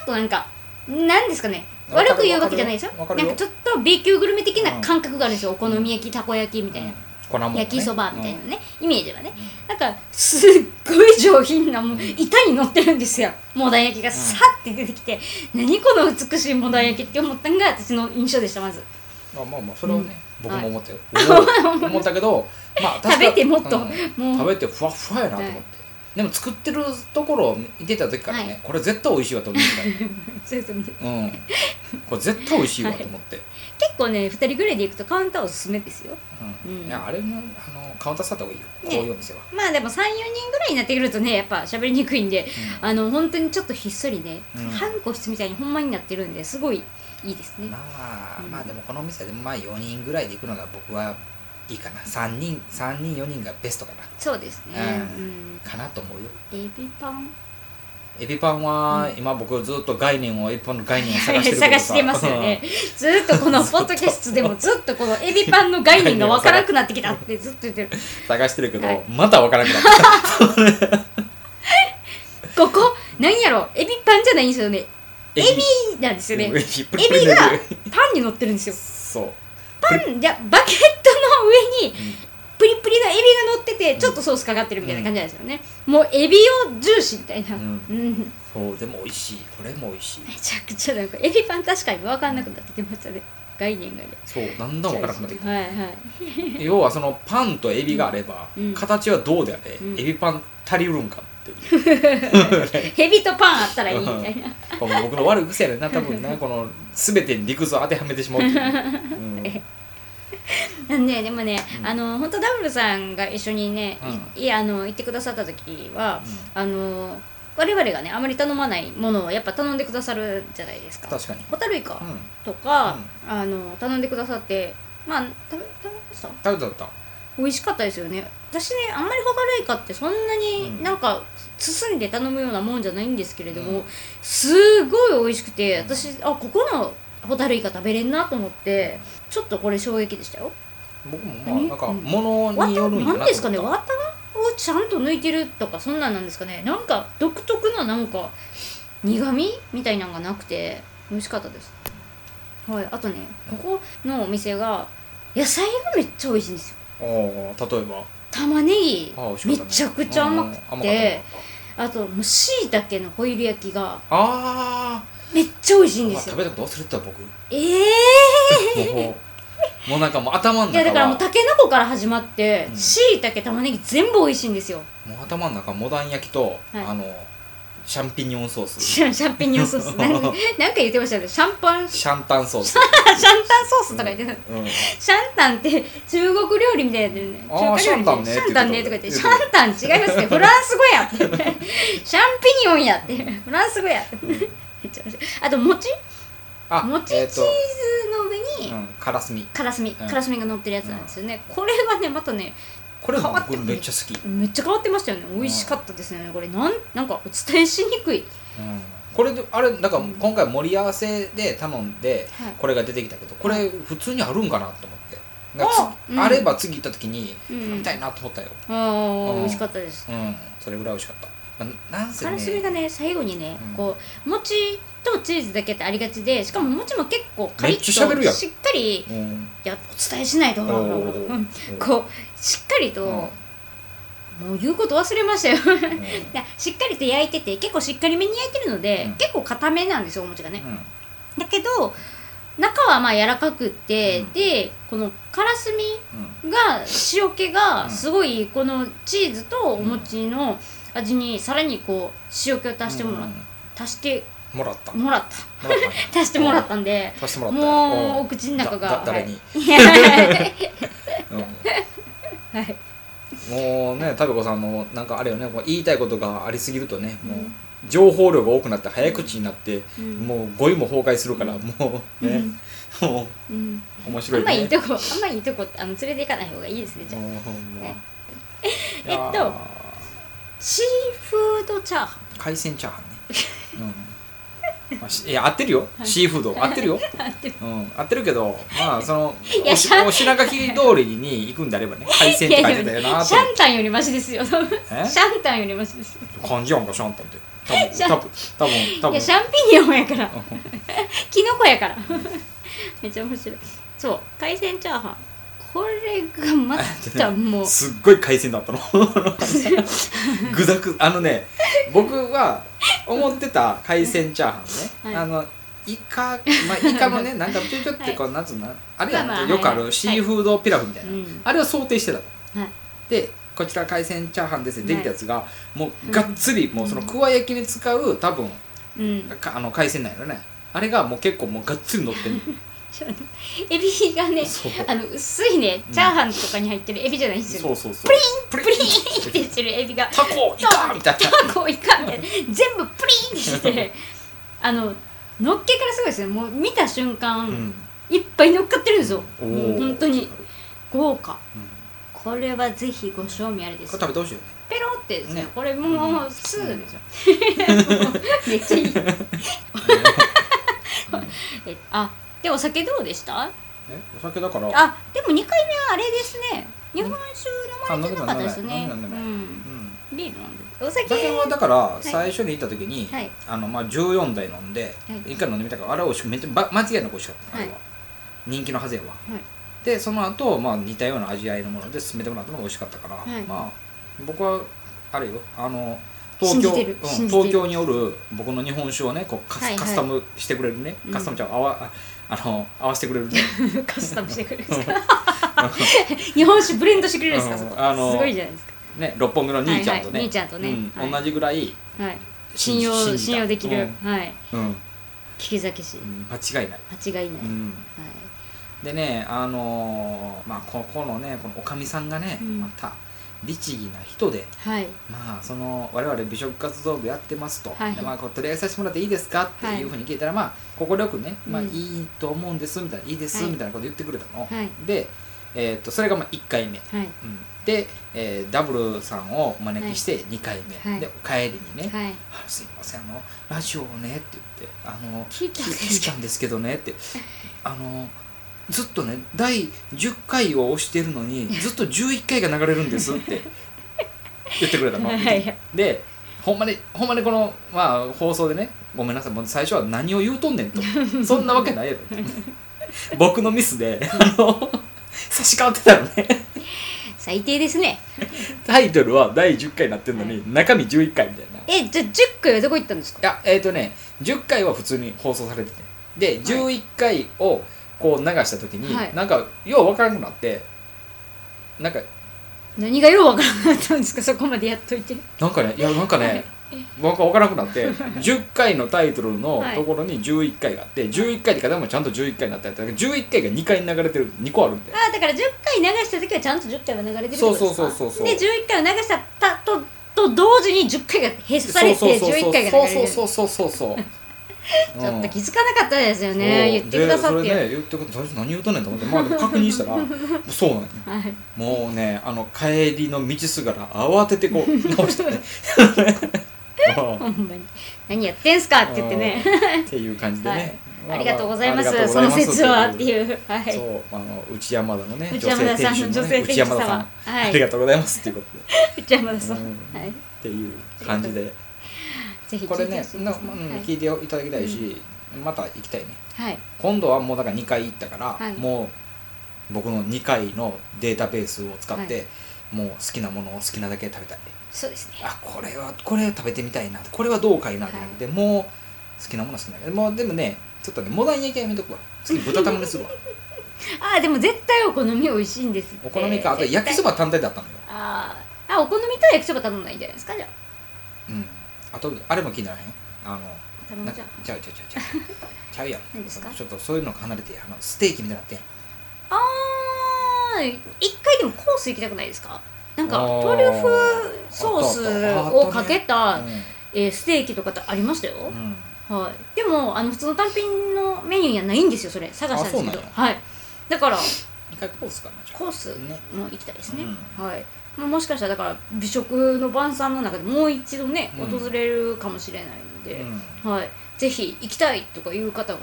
[SPEAKER 2] っとなんかなんですかね
[SPEAKER 1] わかる
[SPEAKER 2] 悪く言うわけじゃないですよ
[SPEAKER 1] わかる
[SPEAKER 2] な
[SPEAKER 1] よ
[SPEAKER 2] んかちょっと B 級グルメ的な感覚があるんですよ、お好み焼きたこ焼きみたいな、
[SPEAKER 1] 粉もんね
[SPEAKER 2] 焼きそばみたいなね、イメージはね
[SPEAKER 1] う
[SPEAKER 2] なんかすっごい上品なも
[SPEAKER 1] う
[SPEAKER 2] う
[SPEAKER 1] ん
[SPEAKER 2] 板に乗ってるんですよモダン焼きがさって出てきて、何この美しいモダン焼きって思ったんが私の印象でしたまず
[SPEAKER 1] うんまあまあまあそれはね、
[SPEAKER 2] うん
[SPEAKER 1] 僕も思ったよ、
[SPEAKER 2] (laughs)
[SPEAKER 1] 思う思ったけどまあ確か
[SPEAKER 2] 食べてもっと
[SPEAKER 1] うん
[SPEAKER 2] もう
[SPEAKER 1] 食べてふわふわやなと思って、でも作ってるところを見てた時からね、
[SPEAKER 2] はい
[SPEAKER 1] これ絶対美味しいわと思ってた
[SPEAKER 2] そうそう結 (laughs)
[SPEAKER 1] うん、これ絶対美味しいわと思って、
[SPEAKER 2] 構ね2人ぐらいで行くとカウンターおすすめですよ
[SPEAKER 1] うん
[SPEAKER 2] うん
[SPEAKER 1] いやあれもあのカウンターさった方がいいよ、
[SPEAKER 2] ね
[SPEAKER 1] こういうお店は、
[SPEAKER 2] まあでも34人ぐらいになってくるとねやっぱ喋りにくいんであの本当にちょっとひっそりね、
[SPEAKER 1] うん
[SPEAKER 2] 半個室みたいにほんまになってるんですごいいいですね
[SPEAKER 1] まあ、
[SPEAKER 2] うん
[SPEAKER 1] まあでもこのお店でもまあ4人ぐらいで行くのが僕はいいかな3人3人4人がベストかな
[SPEAKER 2] そうですね、う、
[SPEAKER 1] うんかなと思うよ
[SPEAKER 2] エビパン
[SPEAKER 1] エビパンは今僕ずっと概念をエビパンの概念を探してるけど
[SPEAKER 2] (laughs) 探
[SPEAKER 1] さ
[SPEAKER 2] してますよね、ずっとこのポッドキャストでもずっとこのエビパンの概念がわからなくなってきたってずっと言ってる
[SPEAKER 1] うん探してるけど、
[SPEAKER 2] はい
[SPEAKER 1] またわからなくなった
[SPEAKER 2] ここ何やろエビパンじゃないんですよね (laughs) エビなんですよね
[SPEAKER 1] エ
[SPEAKER 2] エ
[SPEAKER 1] ビ
[SPEAKER 2] ビ
[SPEAKER 1] プリプリの
[SPEAKER 2] がパンに乗ってるんですよ
[SPEAKER 1] そう
[SPEAKER 2] パンじゃバケットの上に
[SPEAKER 1] うん
[SPEAKER 2] プリプリのエビが乗っててちょっとソースかかってるみたいな感じなんですよね、もうエビを重視みたいな、う
[SPEAKER 1] うんんそうでも美味しいこれも美味しい
[SPEAKER 2] めちゃくちゃなんかエビパン確かに分かんなくなってきましたね概念がね
[SPEAKER 1] そうだんだんわからなくなってきた
[SPEAKER 2] はいはい
[SPEAKER 1] 要はそのパンとエビがあれば、
[SPEAKER 2] うん
[SPEAKER 1] 形はどうであれ、
[SPEAKER 2] うん
[SPEAKER 1] エビパン足りうるんかっていう
[SPEAKER 2] ヘビとパンあったらいいみたいな
[SPEAKER 1] この僕の悪い癖やねんな多分なこの全てに理屈を当てはめてしまうっていうね、
[SPEAKER 2] (laughs)
[SPEAKER 1] うん
[SPEAKER 2] なんででも (laughs) ね、
[SPEAKER 1] うん
[SPEAKER 2] あの本当ダブルさんが一緒にね、いいあの行ってくださった時は、あの我々がねあまり頼まないものをやっぱ頼んでくださるじゃないですか
[SPEAKER 1] 確かに
[SPEAKER 2] ホタルイカ
[SPEAKER 1] うん、
[SPEAKER 2] とか、あの頼んでくださってまあ食べ食べました
[SPEAKER 1] 食べた食べた
[SPEAKER 2] 美味しかったですよね私ねあんまりホタルイカってそんな
[SPEAKER 1] う
[SPEAKER 2] に
[SPEAKER 1] ん
[SPEAKER 2] なんか包んで頼むようなもんじゃないんですけれども、
[SPEAKER 1] うん
[SPEAKER 2] すごい美味しくて
[SPEAKER 1] うん
[SPEAKER 2] 私あここのホタルイカ食べれんなと思ってちょっとこれ衝撃でしたよ
[SPEAKER 1] 僕もまあ
[SPEAKER 2] 何
[SPEAKER 1] なんか
[SPEAKER 2] うん
[SPEAKER 1] 物
[SPEAKER 2] わた
[SPEAKER 1] によるんやなと思
[SPEAKER 2] 何
[SPEAKER 1] った
[SPEAKER 2] ですかねわたをちゃんと抜いてるとかそんなんなんですかねなんか独特ななんか苦味みたいなのがなくて美味しかったですはいあとねここのお店が野菜がめっちゃ美味しいんですよ
[SPEAKER 1] ああ例えば
[SPEAKER 2] 玉ねぎ
[SPEAKER 1] ああ美味しか
[SPEAKER 2] め
[SPEAKER 1] った、ね、
[SPEAKER 2] ちゃくちゃ甘く
[SPEAKER 1] うん
[SPEAKER 2] てあともうしいたけのホイル焼きが
[SPEAKER 1] あ
[SPEAKER 2] めっちゃ美味しい
[SPEAKER 1] ー
[SPEAKER 2] ん
[SPEAKER 1] う
[SPEAKER 2] で
[SPEAKER 1] わ
[SPEAKER 2] すよ
[SPEAKER 1] 食べたこと忘れてた僕
[SPEAKER 2] ええ
[SPEAKER 1] もう (laughs) もうなんかもう頭の
[SPEAKER 2] いやだ
[SPEAKER 1] 中
[SPEAKER 2] からもう
[SPEAKER 1] は
[SPEAKER 2] たけのこから始まって
[SPEAKER 1] うん
[SPEAKER 2] しいたけ玉ねぎ全部美味しいんですよ
[SPEAKER 1] もう頭の中モダン焼きと、
[SPEAKER 2] はい
[SPEAKER 1] あのシャンピニオンソース
[SPEAKER 2] シャシャンピニオンソー
[SPEAKER 1] (laughs)
[SPEAKER 2] スなんなんか言ってましたよねシャンパンシ
[SPEAKER 1] シャンタンソース、
[SPEAKER 2] ャンタンソースとか言ってた、
[SPEAKER 1] うん、
[SPEAKER 2] シャンタンって中国料理みたいなやつね
[SPEAKER 1] あー
[SPEAKER 2] 中華料理みたい
[SPEAKER 1] シャ
[SPEAKER 2] なシャ
[SPEAKER 1] ン
[SPEAKER 2] ン
[SPEAKER 1] タ
[SPEAKER 2] タ
[SPEAKER 1] ン
[SPEAKER 2] ン
[SPEAKER 1] ね
[SPEAKER 2] ね
[SPEAKER 1] っ
[SPEAKER 2] と
[SPEAKER 1] て言
[SPEAKER 2] か
[SPEAKER 1] っ
[SPEAKER 2] 言ってて
[SPEAKER 1] た
[SPEAKER 2] シャンタン違いますねフランス語やってシャンピニオンやってフランス語やってめっちゃ面白いあと餅
[SPEAKER 1] あ
[SPEAKER 2] 餅チ
[SPEAKER 1] え
[SPEAKER 2] ー
[SPEAKER 1] っ
[SPEAKER 2] ズ
[SPEAKER 1] と
[SPEAKER 2] の上に
[SPEAKER 1] うん、カラスミ
[SPEAKER 2] からすみ
[SPEAKER 1] うん
[SPEAKER 2] からすみが乗ってるやつなんですよねこれがねまたね
[SPEAKER 1] これ
[SPEAKER 2] 変わって
[SPEAKER 1] 僕
[SPEAKER 2] くる
[SPEAKER 1] めっちゃ好き、
[SPEAKER 2] めっちゃ変わってましたよね美味しかったですねこれなんなんかお伝えしにくい
[SPEAKER 1] うん、これであれだから今回盛り合わせで頼んで
[SPEAKER 2] はい
[SPEAKER 1] これが出てきたけどこれ普通にあるんかなと思ってなんかつ
[SPEAKER 2] あうん
[SPEAKER 1] あれば次行った時に
[SPEAKER 2] うん
[SPEAKER 1] 食べたいなと思ったよ
[SPEAKER 2] あー
[SPEAKER 1] うん
[SPEAKER 2] 美味しかったです
[SPEAKER 1] うんそれぐらい美味しかった、まあ、なんせ
[SPEAKER 2] からすみ
[SPEAKER 1] ね
[SPEAKER 2] がね最後にね、
[SPEAKER 1] うん
[SPEAKER 2] こう餅とチーズだけってありがちでしかも餅も結構カリ
[SPEAKER 1] めっちゃ喋
[SPEAKER 2] ッ
[SPEAKER 1] るや
[SPEAKER 2] と
[SPEAKER 1] ん
[SPEAKER 2] しっかり
[SPEAKER 1] うん
[SPEAKER 2] いやお伝えしないと、
[SPEAKER 1] おー
[SPEAKER 2] うんこうしっかりと、もう言うこと忘れましたよ (laughs)
[SPEAKER 1] うんうん
[SPEAKER 2] いやしっかりと焼いてて結構しっかりめに焼いてるので、
[SPEAKER 1] うん
[SPEAKER 2] 結構固めなんですよお餅がね、
[SPEAKER 1] うん
[SPEAKER 2] だけど中はまあ柔らかくって、
[SPEAKER 1] うん
[SPEAKER 2] でこのからすみ
[SPEAKER 1] うん
[SPEAKER 2] が塩気
[SPEAKER 1] うん
[SPEAKER 2] がすごいこのチーズとお餅の味にさらにこう塩気を足してもら,、
[SPEAKER 1] うん
[SPEAKER 2] 足して
[SPEAKER 1] もら
[SPEAKER 2] (laughs)
[SPEAKER 1] ったも
[SPEAKER 2] もらった
[SPEAKER 1] らったね
[SPEAKER 2] 足してもらったんで
[SPEAKER 1] 足してもらったよ
[SPEAKER 2] もうお
[SPEAKER 1] ん
[SPEAKER 2] 口の中が
[SPEAKER 1] だだ誰に、
[SPEAKER 2] はい (laughs) はい
[SPEAKER 1] うんもうねタべこさんのなんかあれよねこう言いたいことがありすぎるとねもう、
[SPEAKER 2] うん
[SPEAKER 1] 情報量が多くなって早口になって、
[SPEAKER 2] うん
[SPEAKER 1] もう語彙も崩壊するからもうね、も
[SPEAKER 2] うん
[SPEAKER 1] う面白
[SPEAKER 2] あ
[SPEAKER 1] い
[SPEAKER 2] んまいい
[SPEAKER 1] ね
[SPEAKER 2] とこ、あんまいいとこ、あの連れて行かない方がいいですね。じゃあ、
[SPEAKER 1] もうほんま
[SPEAKER 2] ね
[SPEAKER 1] いやー
[SPEAKER 2] えっとシーフードチャーハ
[SPEAKER 1] 海鮮チャーハンね、うんまあしいや合ってるよ、シーフー
[SPEAKER 2] (laughs)
[SPEAKER 1] ド合ってるよ、
[SPEAKER 2] ン。あでも
[SPEAKER 1] うん、合ってるけどまあその
[SPEAKER 2] いや
[SPEAKER 1] おし
[SPEAKER 2] シャン
[SPEAKER 1] お品書き通りに行くんであればね海鮮って書いてたよなー
[SPEAKER 2] シ
[SPEAKER 1] と
[SPEAKER 2] ャンタンよりマシです (laughs) よ。シャ
[SPEAKER 1] え
[SPEAKER 2] ンタンよりマシですよ。
[SPEAKER 1] 感じやんかシャンタンって
[SPEAKER 2] シ
[SPEAKER 1] 多
[SPEAKER 2] ャン
[SPEAKER 1] 分
[SPEAKER 2] (laughs)
[SPEAKER 1] 多分多分多
[SPEAKER 2] い
[SPEAKER 1] 分
[SPEAKER 2] や、シャンピニオンやから。 (laughs) キノコやから。 (laughs) めっちゃ面白い。そう、海鮮チャーハン。これがまた
[SPEAKER 1] (laughs)
[SPEAKER 2] もう。
[SPEAKER 1] すっごい海鮮だったの (laughs) ぐざぐあのね僕は思ってた海鮮チャーハンね、
[SPEAKER 2] はい
[SPEAKER 1] あのイカ、まあ、イカのねなんかちょちょってこう、なんつうのあれやん、
[SPEAKER 2] まあまあ
[SPEAKER 1] よくあ
[SPEAKER 2] は
[SPEAKER 1] る
[SPEAKER 2] い
[SPEAKER 1] シーフードピラフみたいな、
[SPEAKER 2] うん
[SPEAKER 1] あれを想定してたの
[SPEAKER 2] はい
[SPEAKER 1] でこちら海鮮チャーハンですねできたやつが、もう
[SPEAKER 2] い
[SPEAKER 1] がっつり、もうそのくわ焼きに使う多分
[SPEAKER 2] うん。
[SPEAKER 1] かあの海鮮なんやろねあれがもう結構もうがっつり乗っ
[SPEAKER 2] (laughs)
[SPEAKER 1] てる
[SPEAKER 2] ちょっとエビがね
[SPEAKER 1] そう、
[SPEAKER 2] あの、薄いね、チャーハンとかに入ってるエビじゃないんですよ。
[SPEAKER 1] そうそうそうプ
[SPEAKER 2] プ
[SPEAKER 1] リ
[SPEAKER 2] リ
[SPEAKER 1] ン
[SPEAKER 2] ーンってしてるエビが。 (laughs)
[SPEAKER 1] タコイカみたいな
[SPEAKER 2] タコイカみたいな全部プリンってしてあののっけからすごいですねもう見た瞬間、
[SPEAKER 1] うん
[SPEAKER 2] いっぱい乗っかってるんですよ
[SPEAKER 1] お
[SPEAKER 2] も
[SPEAKER 1] ー
[SPEAKER 2] う本当に豪華
[SPEAKER 1] うん
[SPEAKER 2] これはぜひご賞味あれで
[SPEAKER 1] こ
[SPEAKER 2] す
[SPEAKER 1] れ食べてほしいよね
[SPEAKER 2] ペロってですね
[SPEAKER 1] ね
[SPEAKER 2] これもうすぐでしょ、 (laughs) めっちゃいいえあでお酒どうでした
[SPEAKER 1] えお酒だから
[SPEAKER 2] あでも2回目はあれですね日本酒飲まれてなかったですね
[SPEAKER 1] あ飲んでない飲うん
[SPEAKER 2] うんビール飲んでお
[SPEAKER 1] お酒
[SPEAKER 2] 酒
[SPEAKER 1] はだから
[SPEAKER 2] い
[SPEAKER 1] 最初に行った時に、
[SPEAKER 2] はい
[SPEAKER 1] あのまあ、14台飲んで、
[SPEAKER 2] はい
[SPEAKER 1] 一回飲んでみたからあれは美味しくめっちゃば間違いなく美味しかったあれは、
[SPEAKER 2] はい
[SPEAKER 1] 人気のはずやわ、
[SPEAKER 2] い
[SPEAKER 1] でその後、まあ似たような味合いのもので進めてもらったのも美味しかったから、
[SPEAKER 2] はい
[SPEAKER 1] まあ僕はあれよあの東京
[SPEAKER 2] 信じてる
[SPEAKER 1] うん
[SPEAKER 2] 信じてる
[SPEAKER 1] 東京におる僕の日本酒をねこうカス,、
[SPEAKER 2] はいはい
[SPEAKER 1] カスタムしてくれるね
[SPEAKER 2] うん
[SPEAKER 1] カスタムちゃん、あわあの合わせてくれる
[SPEAKER 2] (laughs)
[SPEAKER 1] ね
[SPEAKER 2] カスタムしてくれるんですか日本酒ブレンドしてくれるんですかそこ
[SPEAKER 1] うんあの
[SPEAKER 2] すごいじゃないですか
[SPEAKER 1] ね六本木の兄ちゃんとね,、
[SPEAKER 2] はいはい兄ちゃんとね
[SPEAKER 1] うん
[SPEAKER 2] はい
[SPEAKER 1] 同じぐらい
[SPEAKER 2] はい、
[SPEAKER 1] 信
[SPEAKER 2] 信
[SPEAKER 1] じ
[SPEAKER 2] 用
[SPEAKER 1] 信じた
[SPEAKER 2] 信用できる、はい
[SPEAKER 1] うん、うん
[SPEAKER 2] 聞き酒師
[SPEAKER 1] 間違いない、
[SPEAKER 2] 間違い
[SPEAKER 1] う
[SPEAKER 2] ない、はい
[SPEAKER 1] んでねあのーまあここのねこのおかみさんがね、
[SPEAKER 2] うん
[SPEAKER 1] また律儀な人で
[SPEAKER 2] はい
[SPEAKER 1] まあその我々美食活動部やってますと、
[SPEAKER 2] はい
[SPEAKER 1] でまあ、こう取り上げさせてもらっていいですかっていうふうに聞いたら、まあ快くね、まあ、
[SPEAKER 2] う
[SPEAKER 1] い
[SPEAKER 2] ん
[SPEAKER 1] いと思うんですみたいな、いいです
[SPEAKER 2] はい
[SPEAKER 1] みたいなこと言ってくれたの、
[SPEAKER 2] はい
[SPEAKER 1] で、えーっとそれがまあ1回目、
[SPEAKER 2] はい
[SPEAKER 1] うんで、えーダブルさんをお招きして2回目、
[SPEAKER 2] はい
[SPEAKER 1] でお帰りにね、
[SPEAKER 2] はい
[SPEAKER 1] あすいませんあのラジオをねって言ってあの
[SPEAKER 2] 聞いたんですか
[SPEAKER 1] 聞いたんですけどねってあのずっとね第10回を押してるの
[SPEAKER 2] (laughs)
[SPEAKER 1] にずっと11回が流れるんですって言ってくれたの
[SPEAKER 2] (laughs) はいはい
[SPEAKER 1] でほんまにほんまにこの、まあ、放送でねごめんなさいもう最初は何を言うとんねん
[SPEAKER 2] (laughs)
[SPEAKER 1] とそんなわけないやろって僕のミスであの差し替わってたのね
[SPEAKER 2] 最低ですね
[SPEAKER 1] タイトルは第10回になってるのに中身11回みたいな
[SPEAKER 2] えじゃあ10回はどこ行ったんですか
[SPEAKER 1] いやえっ、とね10回は普通に放送されててで11回をこう流した時に、
[SPEAKER 2] はい
[SPEAKER 1] なんかようわからなくなってなんか
[SPEAKER 2] 何がようわからなかったんですかそこまでやっといて
[SPEAKER 1] なんかねいやなんかねわかわからなくな
[SPEAKER 2] (laughs)
[SPEAKER 1] って10回のタイトルの
[SPEAKER 2] はい
[SPEAKER 1] ところに11回があって11回って方もちゃんと11回になったやつだから11回が2回流れてる2個あるんで
[SPEAKER 2] ああだから10回流した時はちゃんと10回は流れてるってことですか
[SPEAKER 1] そうそうそうそうそう
[SPEAKER 2] で11回を流したたとと同時に10回が閉鎖され
[SPEAKER 1] そう
[SPEAKER 2] て
[SPEAKER 1] そうそ
[SPEAKER 2] 11
[SPEAKER 1] う
[SPEAKER 2] 回が流れて
[SPEAKER 1] そう
[SPEAKER 2] る
[SPEAKER 1] そうそうそうそう
[SPEAKER 2] (laughs) ちょっと
[SPEAKER 1] うん
[SPEAKER 2] 気づかなかったですよね言ってくださっ
[SPEAKER 1] で
[SPEAKER 2] て
[SPEAKER 1] それね言ってく最初何言うとんねんと思ってまあでも確認した
[SPEAKER 2] (laughs)
[SPEAKER 1] らそうなんや
[SPEAKER 2] はい、
[SPEAKER 1] もうねあの帰りの道すがら慌ててこ
[SPEAKER 2] (laughs)
[SPEAKER 1] う直したねうん
[SPEAKER 2] ほんまに何やってんすかって言ってね
[SPEAKER 1] っていう感じでね、
[SPEAKER 2] ありがとうございます
[SPEAKER 1] ありがとうござい
[SPEAKER 2] その
[SPEAKER 1] ます
[SPEAKER 2] 説はっていうは
[SPEAKER 1] そ
[SPEAKER 2] いう
[SPEAKER 1] あの内山田のね
[SPEAKER 2] 内山田さんの女性店主
[SPEAKER 1] 内山田さん、
[SPEAKER 2] 様はい
[SPEAKER 1] ありがとうございますっていうことで
[SPEAKER 2] (laughs)
[SPEAKER 1] っ
[SPEAKER 2] 内山田さん、
[SPEAKER 1] うん
[SPEAKER 2] はい、
[SPEAKER 1] ていう感じで
[SPEAKER 2] ぜひ
[SPEAKER 1] こ
[SPEAKER 2] 聞
[SPEAKER 1] れ
[SPEAKER 2] いて
[SPEAKER 1] ね
[SPEAKER 2] ほしいです
[SPEAKER 1] なうん
[SPEAKER 2] はい
[SPEAKER 1] 聞いていただきたいし、また行きたいね
[SPEAKER 2] はい
[SPEAKER 1] 今度はもうだから2回行ったから、
[SPEAKER 2] はい
[SPEAKER 1] もう僕の2回のデータベースを使って、
[SPEAKER 2] は
[SPEAKER 1] もう好きなものを好きなだけ食べたい
[SPEAKER 2] そうですね
[SPEAKER 1] あこれはこれ食べてみたいなこれはどうかいなってなって、もう好きなものは好きなだけもうでもねちょっとねモダン焼きはやめとくわ
[SPEAKER 2] (laughs)
[SPEAKER 1] 次豚玉にするわ
[SPEAKER 2] あーでも絶対お好み美味しいんですって
[SPEAKER 1] お好みかあと焼きそば単体だったのよ
[SPEAKER 2] あーあお好みと焼きそば頼んだらいいんじゃないですかじゃ
[SPEAKER 1] うんあとあれも気にならへんあ
[SPEAKER 2] あ
[SPEAKER 1] の
[SPEAKER 2] 頼む
[SPEAKER 1] な
[SPEAKER 2] じ
[SPEAKER 1] ち
[SPEAKER 2] ゃ
[SPEAKER 1] ゃ
[SPEAKER 2] ん
[SPEAKER 1] うちゃうちゃうちゃう
[SPEAKER 2] (laughs)
[SPEAKER 1] ちゃうやん
[SPEAKER 2] 何ですか
[SPEAKER 1] ちょっとそういうの離れてやあのステーキみたいになってん
[SPEAKER 2] あー一回でもコース行きたくないですかなんか
[SPEAKER 1] あー
[SPEAKER 2] トリュフソ
[SPEAKER 1] あ
[SPEAKER 2] ー
[SPEAKER 1] ったあったあ
[SPEAKER 2] ス
[SPEAKER 1] ったね
[SPEAKER 2] をかけた、えーステーキとかってありましたよ、
[SPEAKER 1] うん、うん
[SPEAKER 2] はい、でもあの普通の単品のメニューにはないんですよそれ探したんです
[SPEAKER 1] あそ
[SPEAKER 2] け
[SPEAKER 1] う
[SPEAKER 2] ど
[SPEAKER 1] なの
[SPEAKER 2] はいだから
[SPEAKER 1] 一回コースかなじゃあ
[SPEAKER 2] コース
[SPEAKER 1] ね
[SPEAKER 2] も行きたいですね、
[SPEAKER 1] う
[SPEAKER 2] はいまあもしかしたらだから美食の晩餐の中でもう一度ね
[SPEAKER 1] うん
[SPEAKER 2] 訪れるかもしれないので、
[SPEAKER 1] うん
[SPEAKER 2] はい、ぜひ行きたいとかいう方が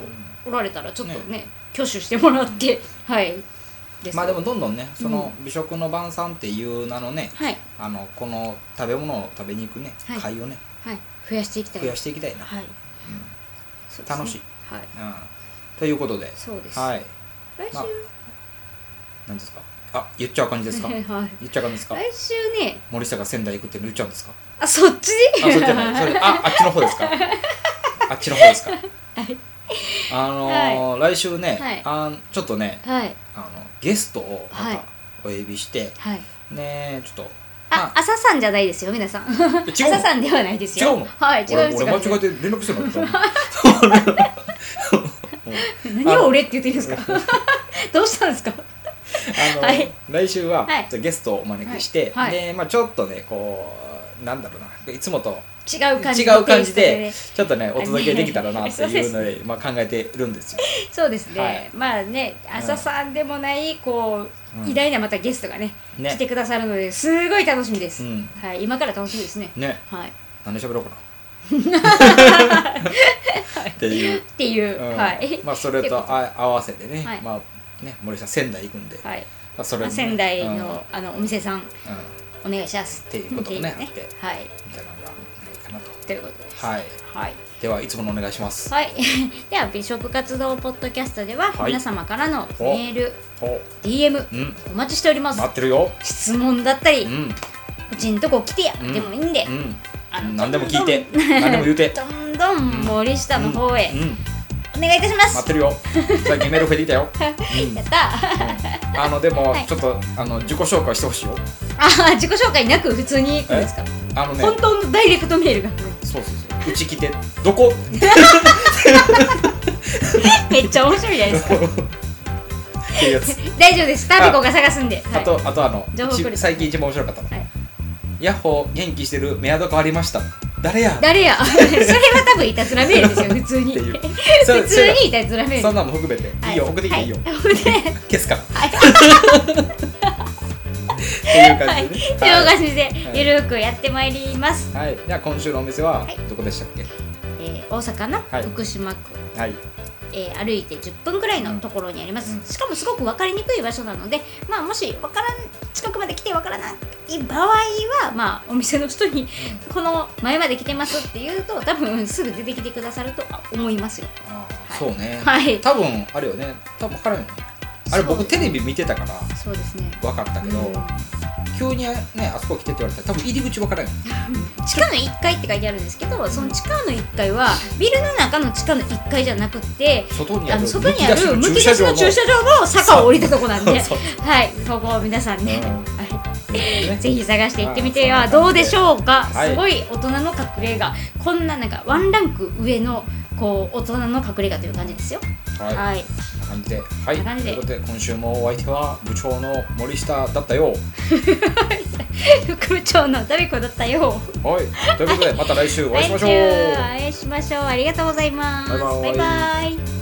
[SPEAKER 1] う
[SPEAKER 2] おられたらちょっとね挙手してもらって、はいす
[SPEAKER 1] まあでもどんどんねその美食の晩餐っていう名のね、
[SPEAKER 2] はい
[SPEAKER 1] あのこの食べ物を食べに行くね、
[SPEAKER 2] はい
[SPEAKER 1] 会をね
[SPEAKER 2] はい増やしていきたい
[SPEAKER 1] 増やしていきたいな、
[SPEAKER 2] はい、そうですね
[SPEAKER 1] 楽しい
[SPEAKER 2] はい
[SPEAKER 1] うん、ということで
[SPEAKER 2] そうです、
[SPEAKER 1] はい
[SPEAKER 2] 来週、
[SPEAKER 1] まあ何ですかあ言っちゃう感じで
[SPEAKER 2] (laughs)
[SPEAKER 1] すか
[SPEAKER 2] は
[SPEAKER 1] 言
[SPEAKER 2] い
[SPEAKER 1] っちゃう感じですか
[SPEAKER 2] 来週ね
[SPEAKER 1] 森下が仙台行くっていうの言っちゃうんですか
[SPEAKER 2] あそっち
[SPEAKER 1] あそうじゃ
[SPEAKER 2] (laughs)
[SPEAKER 1] ないそれああっちの方ですかあっちの方ですかあのー来週ね、
[SPEAKER 2] はい
[SPEAKER 1] あんちょっとね
[SPEAKER 2] はい
[SPEAKER 1] あのゲストをま
[SPEAKER 2] はい
[SPEAKER 1] たお呼びして、
[SPEAKER 2] はい
[SPEAKER 1] ねちょっと
[SPEAKER 2] あ、朝さんじゃないですよ皆さん
[SPEAKER 1] あ違う
[SPEAKER 2] 朝
[SPEAKER 1] の
[SPEAKER 2] さんではないですよ
[SPEAKER 1] 違うの
[SPEAKER 2] はい違い
[SPEAKER 1] 俺
[SPEAKER 2] ま
[SPEAKER 1] 俺
[SPEAKER 2] す違いま
[SPEAKER 1] 間
[SPEAKER 2] す
[SPEAKER 1] 違えて連絡して
[SPEAKER 2] (laughs)
[SPEAKER 1] もらった
[SPEAKER 2] 何を俺って言ってる
[SPEAKER 1] (laughs)
[SPEAKER 2] んですかどうしたんですか
[SPEAKER 1] あの、
[SPEAKER 2] はい
[SPEAKER 1] 来週は、
[SPEAKER 2] はい
[SPEAKER 1] じゃあゲストをお招きして、
[SPEAKER 2] はいは
[SPEAKER 1] でまあ、ちょっとねこうなんだろうないつもと
[SPEAKER 2] 違う感じ
[SPEAKER 1] 違う感じ
[SPEAKER 2] テイ
[SPEAKER 1] で
[SPEAKER 2] ス
[SPEAKER 1] ちょっとねお届けできたらなって
[SPEAKER 2] そうで
[SPEAKER 1] いう
[SPEAKER 2] す
[SPEAKER 1] のでまあ、考えてるんですよ。
[SPEAKER 2] トでそうですね、
[SPEAKER 1] はい
[SPEAKER 2] まあね朝さんでもないこう、
[SPEAKER 1] うん
[SPEAKER 2] 偉大なまたゲストがね来
[SPEAKER 1] ね
[SPEAKER 2] てくださるのですごい楽しみです、
[SPEAKER 1] うん
[SPEAKER 2] はい今から楽しみですね
[SPEAKER 1] ね
[SPEAKER 2] はい
[SPEAKER 1] 何で喋ろうかな。っていう、
[SPEAKER 2] っていう、
[SPEAKER 1] うん
[SPEAKER 2] はい
[SPEAKER 1] まあ、それとあ合わせてね、
[SPEAKER 2] はい
[SPEAKER 1] まあね、森さん仙台行くんで、ま
[SPEAKER 2] はい、
[SPEAKER 1] あ、それも
[SPEAKER 2] まあ、
[SPEAKER 1] ね
[SPEAKER 2] 仙台の、
[SPEAKER 1] うんうん
[SPEAKER 2] あのお店さんお願いします
[SPEAKER 1] っていうこともね
[SPEAKER 2] って
[SPEAKER 1] あ
[SPEAKER 2] い
[SPEAKER 1] って
[SPEAKER 2] はい
[SPEAKER 1] みたいなのがないかなと。
[SPEAKER 2] ということです
[SPEAKER 1] はい、
[SPEAKER 2] はい
[SPEAKER 1] ではいつものお願いします。
[SPEAKER 2] はい、 (laughs) では美食活動ポッドキャストでは
[SPEAKER 1] はい
[SPEAKER 2] 皆様からのメール、
[SPEAKER 1] お、
[SPEAKER 2] DM
[SPEAKER 1] うん、
[SPEAKER 2] お待ちしております
[SPEAKER 1] 待ってるよ。
[SPEAKER 2] 質問だったり
[SPEAKER 1] うん、
[SPEAKER 2] うちんとこ来てや、
[SPEAKER 1] うん
[SPEAKER 2] でもいいんで、
[SPEAKER 1] うん。
[SPEAKER 2] あの
[SPEAKER 1] 何でも聞いて何でも言うて
[SPEAKER 2] どんどん森下の方へ
[SPEAKER 1] うんうん
[SPEAKER 2] お願いいたします、
[SPEAKER 1] 待ってるよ最近メール増えてきたよ、うん
[SPEAKER 2] やった (laughs) ー
[SPEAKER 1] あのでも
[SPEAKER 2] はい
[SPEAKER 1] ちょっとあの自己紹介してほしいよ
[SPEAKER 2] あー自己紹介なく普通にいくんですか、
[SPEAKER 1] あのね
[SPEAKER 2] 本当のダイレクトメールが
[SPEAKER 1] そうそうそううち来てどこ
[SPEAKER 2] めっちゃ面白いじゃないで
[SPEAKER 1] (laughs)
[SPEAKER 2] すか
[SPEAKER 1] っていうやつ
[SPEAKER 2] 大丈夫ですタピコが探すんで、
[SPEAKER 1] あ
[SPEAKER 2] はい、
[SPEAKER 1] とあとあの
[SPEAKER 2] 情報くれ
[SPEAKER 1] 一最近一番面白かったの、
[SPEAKER 2] はい
[SPEAKER 1] ヤッホー元気してるメアド変わりました誰や
[SPEAKER 2] 誰や (laughs) それは多分いたずらメールですよ普通に
[SPEAKER 1] っていう
[SPEAKER 2] (laughs)
[SPEAKER 1] それ
[SPEAKER 2] 普通にいたずらメー
[SPEAKER 1] そ
[SPEAKER 2] ル
[SPEAKER 1] んなのも含めて、い、いよ送ってきていいよ、
[SPEAKER 2] はいはい、
[SPEAKER 1] 消すから、 (laughs) っていう感じで、ね
[SPEAKER 2] 手を
[SPEAKER 1] はい
[SPEAKER 2] 貸しでゆるくやってまいります、
[SPEAKER 1] はい、じゃあ今週のお店は
[SPEAKER 2] はい
[SPEAKER 1] どこでしたっけ
[SPEAKER 2] えー大阪の
[SPEAKER 1] はい
[SPEAKER 2] 福島区、
[SPEAKER 1] はい
[SPEAKER 2] えー歩いて10分くらいのところにあります、
[SPEAKER 1] うん
[SPEAKER 2] しかもすごく分かりにくい場所なので、まあ、もしわからん近くまで来て分からない場合は、まあ、お店の人に (laughs) この前まで来てますって言うと多分すぐ出てきてくださるとは思いますよ
[SPEAKER 1] あーそうね、
[SPEAKER 2] はい
[SPEAKER 1] 多分あれよね多分分からんよねあれ僕テレビ見てたから
[SPEAKER 2] そうですね
[SPEAKER 1] 分かったけど、
[SPEAKER 2] うん
[SPEAKER 1] 急にねあそこ来てって言われたら多分入り口分からんよね
[SPEAKER 2] 地下の1階って書いてあるんですけどその地下の1階はビルの中の地下の1階じゃなくて
[SPEAKER 1] 外にあ
[SPEAKER 2] あ
[SPEAKER 1] る
[SPEAKER 2] の外にあるむき出しの駐車
[SPEAKER 1] 場
[SPEAKER 2] 場の坂を降りたとこなん
[SPEAKER 1] (laughs)
[SPEAKER 2] で
[SPEAKER 1] そう
[SPEAKER 2] はいここを皆さんね、
[SPEAKER 1] うん
[SPEAKER 2] はい
[SPEAKER 1] ね
[SPEAKER 2] ぜひ探して行ってみてはどうでしょうか、
[SPEAKER 1] はい
[SPEAKER 2] すごい大人の隠れ家こんななんかワンランク上のこう大人の隠れ家という感じですよ
[SPEAKER 1] はい、
[SPEAKER 2] はい、 (laughs) はい、
[SPEAKER 1] こんな感じではい
[SPEAKER 2] こんな感
[SPEAKER 1] と
[SPEAKER 2] じで
[SPEAKER 1] いうことで今週もお相手は部長の森下だったよ
[SPEAKER 2] 副部長のダビコだったよ
[SPEAKER 1] はいということでまた来週お会いしましょう、
[SPEAKER 2] 来週お会いしましょうありがとうございます
[SPEAKER 1] バイバイ
[SPEAKER 2] バイバイ